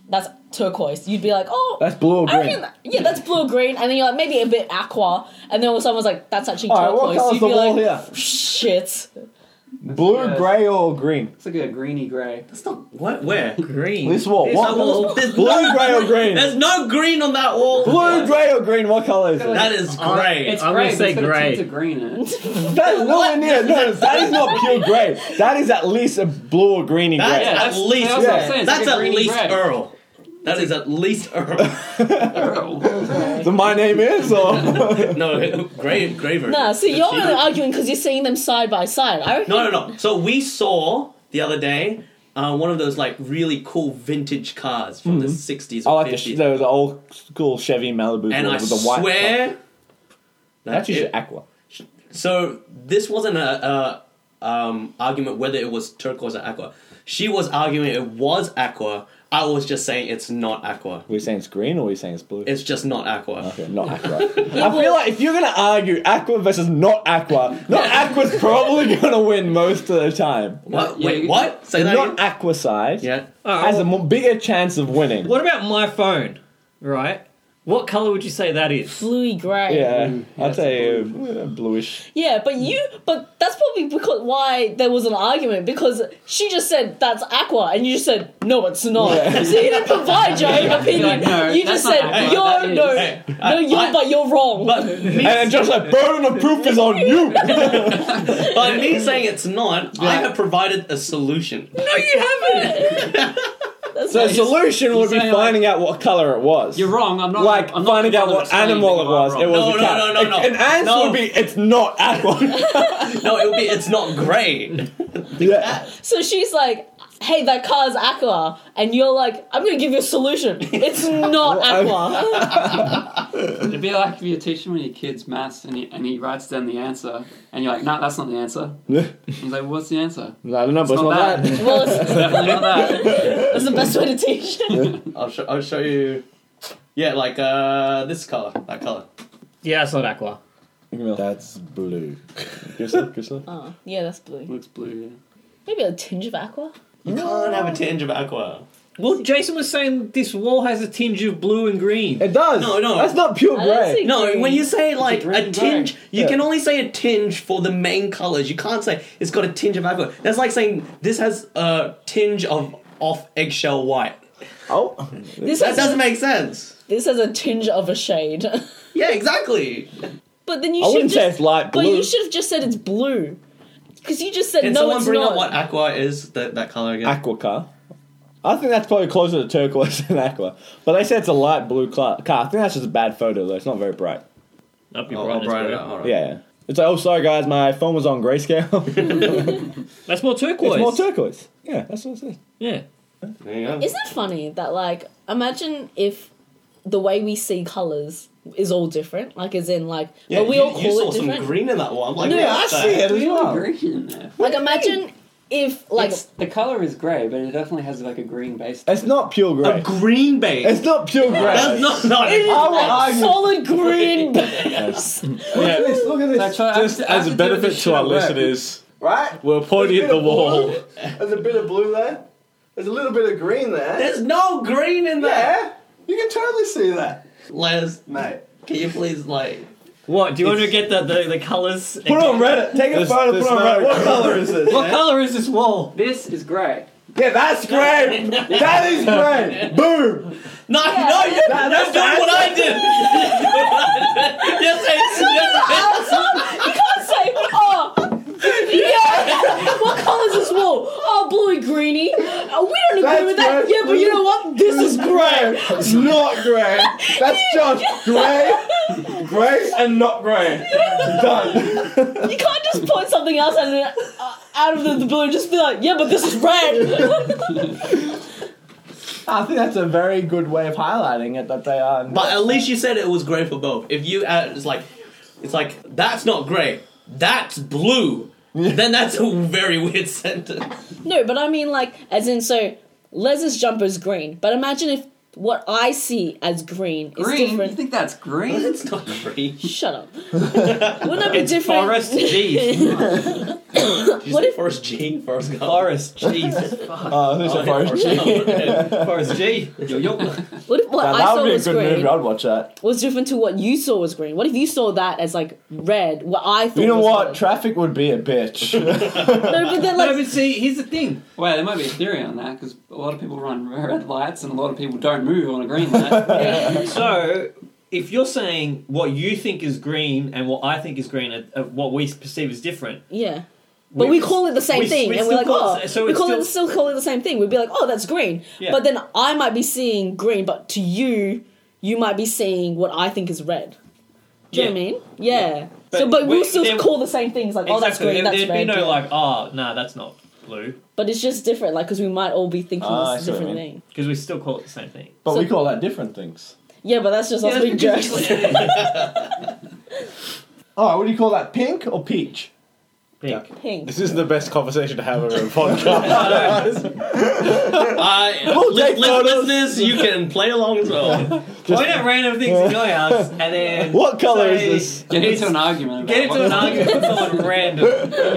Speaker 4: that's turquoise. You'd be like, oh,
Speaker 1: That's blue or
Speaker 4: I
Speaker 1: green.
Speaker 4: reckon, yeah, that's blue or green. And then you're like, maybe a bit aqua. And then when someone was like, that's actually
Speaker 1: All right, what
Speaker 4: turquoise,
Speaker 1: color's
Speaker 4: you'd
Speaker 1: the
Speaker 4: be
Speaker 1: wall
Speaker 4: like,
Speaker 1: here?
Speaker 4: shit.
Speaker 1: Blue, grey, or green?
Speaker 5: It's like a greeny grey.
Speaker 3: That's not what. Where?
Speaker 2: Green.
Speaker 1: This wall. What
Speaker 3: no
Speaker 1: color?
Speaker 3: wall. There's
Speaker 1: Blue,
Speaker 3: no-
Speaker 1: grey, or green?
Speaker 3: There's no green on that wall.
Speaker 1: Blue, grey, or green? What color is it?
Speaker 3: That is grey.
Speaker 5: It's
Speaker 2: I'm
Speaker 5: grey.
Speaker 2: gonna say
Speaker 5: but it's got a
Speaker 2: grey.
Speaker 5: tint of green in it.
Speaker 1: That's nowhere near. No, that is not pure grey. That is at least a blue or greeny
Speaker 3: That
Speaker 1: grey.
Speaker 3: is-
Speaker 5: Yeah,
Speaker 3: At least-
Speaker 5: that's what I'm
Speaker 1: yeah.
Speaker 5: saying, it's
Speaker 3: That's
Speaker 5: like a
Speaker 3: at
Speaker 5: greeny
Speaker 3: least
Speaker 5: grey.
Speaker 3: Earl. That is at least Earl.
Speaker 5: Earl.
Speaker 1: So my name is, or
Speaker 3: no, grey, grey version.
Speaker 4: Nah, so
Speaker 3: The
Speaker 4: you're
Speaker 3: cheap-
Speaker 4: only arguing because you're seeing them side by side. I reckon.
Speaker 3: No, no, no. So we saw the other day uh, one of those like really cool vintage cars from the 60s
Speaker 1: Mm-hmm. I
Speaker 3: or
Speaker 1: like the,
Speaker 3: 50s.
Speaker 1: sh- the, the old school Chevy Malibu one
Speaker 3: and I
Speaker 1: with the white.
Speaker 3: swear.
Speaker 1: That's
Speaker 3: it-
Speaker 1: usually aqua.
Speaker 3: So this wasn't a, a um, argument whether it was turquoise or aqua. She was arguing it was aqua. I was just saying it's not aqua.
Speaker 1: Were you saying it's green or were you saying it's blue?
Speaker 3: It's just not aqua.
Speaker 1: Okay, not aqua. I feel like if you're gonna argue aqua versus not aqua, not aqua's probably gonna win most of the time.
Speaker 3: What?
Speaker 5: Yeah,
Speaker 3: Wait,
Speaker 5: you-
Speaker 3: what? Say that.
Speaker 1: Not
Speaker 3: again?
Speaker 1: aqua side
Speaker 3: yeah.
Speaker 2: Oh,
Speaker 1: has a mo- bigger chance of winning.
Speaker 2: What about my phone? Right? What color would you say that is?
Speaker 4: bluey grey.
Speaker 1: Yeah, I'd
Speaker 5: it's
Speaker 1: say uh, bluish.
Speaker 4: Yeah, but you, but that's probably because why there was an argument because she just said that's aqua, and you just said no, it's not.
Speaker 1: Yeah.
Speaker 4: So you didn't provide your own opinion.
Speaker 5: like, no,
Speaker 4: you
Speaker 5: that's
Speaker 4: just
Speaker 5: not
Speaker 4: said
Speaker 5: aqua,
Speaker 4: you're
Speaker 5: that
Speaker 4: no,
Speaker 5: is.
Speaker 4: no, you're
Speaker 3: I-
Speaker 4: but you're wrong.
Speaker 3: But
Speaker 1: And
Speaker 3: me,
Speaker 1: then Josh's like, burden of proof is on you!
Speaker 3: by me saying it's not, I have provided a solution.
Speaker 4: no, you haven't. that's
Speaker 1: so the
Speaker 4: not-
Speaker 1: solution would be
Speaker 5: saying,
Speaker 1: finding out what colour it was.
Speaker 5: You're wrong. I'm not
Speaker 1: Like
Speaker 5: I'm not
Speaker 1: finding out
Speaker 5: gonna
Speaker 1: what
Speaker 5: say anything
Speaker 1: animal it
Speaker 5: while
Speaker 1: was.
Speaker 5: I'm
Speaker 1: It
Speaker 5: wrong.
Speaker 1: was
Speaker 3: No,
Speaker 1: a
Speaker 3: no,
Speaker 1: cat.
Speaker 3: no, no, no.
Speaker 1: An answer
Speaker 3: No.
Speaker 1: would be it's not aqua.
Speaker 3: No, it would be it's not grey.
Speaker 1: yeah.
Speaker 4: so she's like. Hey, that car's aqua, and you're like, I'm gonna give you a solution. It's not aqua.
Speaker 5: It'd be like if you're teaching one of your kids maths and he, and he writes down the answer and you're like, no, that's not the answer. And he's like, well, what's the answer?
Speaker 1: I don't know, but it's not that.
Speaker 4: well, it's,
Speaker 5: Definitely not that.
Speaker 4: that's the best way to teach.
Speaker 3: I'll show. I'll show you. Yeah, like uh, this color, that color.
Speaker 2: Yeah, it's not aqua.
Speaker 6: That's blue.
Speaker 1: Krista, Krista?
Speaker 4: oh, yeah, that's blue.
Speaker 5: Looks blue,
Speaker 4: Maybe a tinge of aqua.
Speaker 3: You can't have a tinge of aqua.
Speaker 2: Well, Jason was saying this wall has a tinge of blue and green.
Speaker 1: It does.
Speaker 3: No, no.
Speaker 1: That's not pure
Speaker 4: I don't
Speaker 1: grey.
Speaker 4: see-
Speaker 3: No, when you say like
Speaker 5: green
Speaker 3: a
Speaker 5: and
Speaker 3: tinge, you
Speaker 1: Yeah.
Speaker 3: can only say a tinge for the main colors. You can't say it's got a tinge of aqua. That's like saying this has a tinge of off eggshell white.
Speaker 1: Oh,
Speaker 4: This
Speaker 3: That
Speaker 4: has,
Speaker 3: doesn't make sense.
Speaker 4: this has a tinge of a shade.
Speaker 3: Yeah, exactly.
Speaker 4: but then you
Speaker 1: I
Speaker 4: should
Speaker 1: wouldn't
Speaker 4: just,
Speaker 1: say it's light
Speaker 4: But
Speaker 1: blue.
Speaker 4: you should have just said it's blue. Because you just said
Speaker 3: Can
Speaker 4: no,
Speaker 3: someone
Speaker 4: it's
Speaker 3: bring
Speaker 4: not.
Speaker 3: up what aqua is? That that color again.
Speaker 1: aqua car. I think that's probably closer to turquoise than aqua. But they said it's a light blue cla- car. I think that's just a bad photo though. It's not very bright.
Speaker 2: That'd be
Speaker 3: Oh,
Speaker 2: bright
Speaker 3: I'll
Speaker 2: as
Speaker 3: brighten
Speaker 2: well.
Speaker 3: it up, alright.
Speaker 1: Yeah. yeah. It's like, oh, sorry guys, my phone was on grayscale.
Speaker 2: That's more turquoise.
Speaker 1: it's more turquoise. Yeah, that's what it says.
Speaker 2: yeah.
Speaker 3: There you go.
Speaker 4: Isn't it funny that, like, imagine if the way we see colours is all different? Like, as in, like,
Speaker 3: Yeah,
Speaker 4: but we
Speaker 3: you,
Speaker 4: all call
Speaker 3: you saw
Speaker 4: it
Speaker 3: some
Speaker 4: different.
Speaker 3: green in that one. Like,
Speaker 4: Yeah,
Speaker 3: what
Speaker 4: I
Speaker 3: the
Speaker 1: see it
Speaker 3: heck?
Speaker 1: as
Speaker 5: yeah.
Speaker 1: well.
Speaker 5: Green in there.
Speaker 4: like, imagine if, like,
Speaker 5: It's- the color is grey, but it definitely has like a green base.
Speaker 1: It's not pure grey.
Speaker 3: A green base.
Speaker 1: Um, it's not pure grey.
Speaker 3: That's not not.
Speaker 4: it is
Speaker 1: I will
Speaker 4: like
Speaker 1: argue-
Speaker 4: solid green.
Speaker 1: Look at this. Look at this.
Speaker 5: So I try- I
Speaker 6: Just
Speaker 5: have to- I have
Speaker 6: as a
Speaker 5: to do
Speaker 6: benefit
Speaker 5: this shit
Speaker 6: to our
Speaker 5: at work.
Speaker 6: listeners,
Speaker 1: right?
Speaker 6: we're pointing at the wall.
Speaker 1: There's a bit of blue there. There's a little bit of green there.
Speaker 3: There's no green in there.
Speaker 1: You can totally see that,
Speaker 3: Les,
Speaker 1: mate.
Speaker 3: can you please like?
Speaker 2: What? Do you want to get the, the, the colors?
Speaker 1: Put it on Reddit. Take a
Speaker 6: There's-
Speaker 1: photo. Put
Speaker 6: there's
Speaker 1: it on
Speaker 6: no-
Speaker 1: Reddit. What color is this?
Speaker 2: What color is this wall?
Speaker 5: This is grey.
Speaker 1: Yeah, that's great. that is great. Boom.
Speaker 3: No,
Speaker 4: Yeah.
Speaker 3: no, you,
Speaker 1: That-
Speaker 3: that's,
Speaker 1: that's-
Speaker 3: not what I did. yes, it's, yes, it's.
Speaker 4: you can't say, oh, yeah, what colour's this wall? Oh, bluey greeny. Oh, we don't agree
Speaker 1: That's
Speaker 4: with that.
Speaker 1: great.
Speaker 4: Yeah, but you know what? This is
Speaker 1: grey. It's not grey. That's Josh. Grey, grey, and not grey. Done.
Speaker 4: You can't just point something else out of, the- uh, out of the, the blue and just be like, yeah, but this is red.
Speaker 1: I think that's a very good way of highlighting it that they are.
Speaker 3: But at least you said it was grey for both. If you add, it's like, it's like that's not grey. That's blue. then that's a very weird sentence.
Speaker 4: no, but I mean, like, as in, so Les's jumper's green, but imagine if what I see as green is
Speaker 5: Green? You
Speaker 4: different.
Speaker 5: think that's green?
Speaker 3: It's not green.
Speaker 4: Shut up. Wouldn't that be different?
Speaker 2: Forest jeez.
Speaker 4: What if-
Speaker 3: Forest G, Forest Gump.
Speaker 2: Forest jeez. Fuck.
Speaker 1: Oh, who's
Speaker 3: Oh,
Speaker 1: a forest
Speaker 3: Forrest
Speaker 1: G?
Speaker 3: Gump. Yeah.
Speaker 2: Forest G.
Speaker 4: What if what
Speaker 1: Now,
Speaker 4: I
Speaker 1: that
Speaker 4: saw
Speaker 1: would be a
Speaker 4: was
Speaker 1: good
Speaker 4: green
Speaker 1: movie. I'd watch that.
Speaker 4: was different to what you saw was green? What if you saw that as like red? What I thought.
Speaker 1: You know
Speaker 4: was
Speaker 1: what?
Speaker 4: red?
Speaker 1: Traffic would be a bitch.
Speaker 4: no, but then
Speaker 2: No,
Speaker 4: like
Speaker 2: but see, here's the thing.
Speaker 5: Wait, there might be a theory on that because a lot of people run red lights and a lot of people don't move on a green light.
Speaker 2: So, if you're saying what you think is green and what I think is green, and uh, what we perceive as different,
Speaker 4: yeah. But we call it the same
Speaker 2: we-
Speaker 4: thing,
Speaker 2: we
Speaker 4: and we're
Speaker 2: still
Speaker 4: like,
Speaker 2: call it-
Speaker 4: oh,
Speaker 2: so
Speaker 4: we
Speaker 2: it's
Speaker 4: call
Speaker 2: still-
Speaker 4: it still call it the same thing. We'd be like, oh, that's green.
Speaker 2: Yeah.
Speaker 4: But then I might be seeing green, but to you, you might be seeing what I think is red. Do you know what I mean? Yeah.
Speaker 2: But
Speaker 4: so, but
Speaker 2: we-
Speaker 4: we'll still
Speaker 2: there-
Speaker 4: call the same things, like, oh, that's
Speaker 2: Exactly. There-
Speaker 4: green, that's
Speaker 2: There'd
Speaker 4: red.
Speaker 2: be
Speaker 4: yeah.
Speaker 2: no like, oh, nah, that's not blue,
Speaker 4: but it's just different, like, because we might all be thinking
Speaker 1: Ah,
Speaker 4: this
Speaker 1: I see what you
Speaker 4: different
Speaker 1: mean.
Speaker 4: thing.
Speaker 2: because we still call it the same thing.
Speaker 1: But
Speaker 4: So-
Speaker 1: we call that different things.
Speaker 4: Yeah, but that's just us being jerks.
Speaker 1: Oh, what do you call that? Pink or peach?
Speaker 2: Pink.
Speaker 4: Pink.
Speaker 6: This is the best conversation to have over a podcast.
Speaker 3: Uh, li- li- listeners, you can play along as well.
Speaker 2: Point at random things in your house, and then
Speaker 1: What colour is
Speaker 2: say-
Speaker 1: this?
Speaker 5: Get into an argument. About
Speaker 2: Get into an
Speaker 5: what-
Speaker 2: argument with someone random in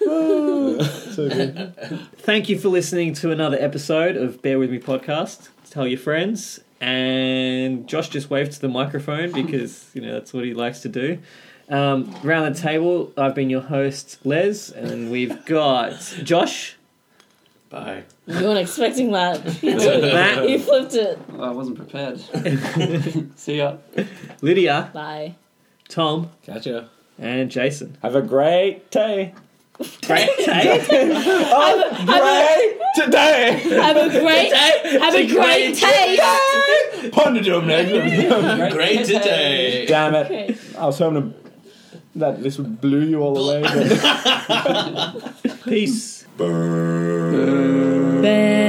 Speaker 2: your home.
Speaker 6: so good.
Speaker 2: Thank you for listening to another episode of Bear With Me podcast. Tell your friends. And Josh just waved to the microphone because, you know, that's what he likes to do. Um, round the table, I've been your host, Les, and we've got Josh,
Speaker 3: Bye.
Speaker 4: You weren't expecting that.
Speaker 2: Matt,
Speaker 4: You flipped it.
Speaker 5: Well, I wasn't prepared. See ya.
Speaker 2: Lydia,
Speaker 4: Bye.
Speaker 2: Tom,
Speaker 6: Gotcha.
Speaker 2: and Jason.
Speaker 1: Have a great day.
Speaker 2: Great day.
Speaker 1: Great today.
Speaker 4: Have a great, have a great taste.
Speaker 6: Ponder to him next.
Speaker 3: Great today.
Speaker 1: Damn it.
Speaker 4: Okay.
Speaker 1: I was hoping to, that this would blew you all away. But...
Speaker 2: Peace.
Speaker 4: Bye.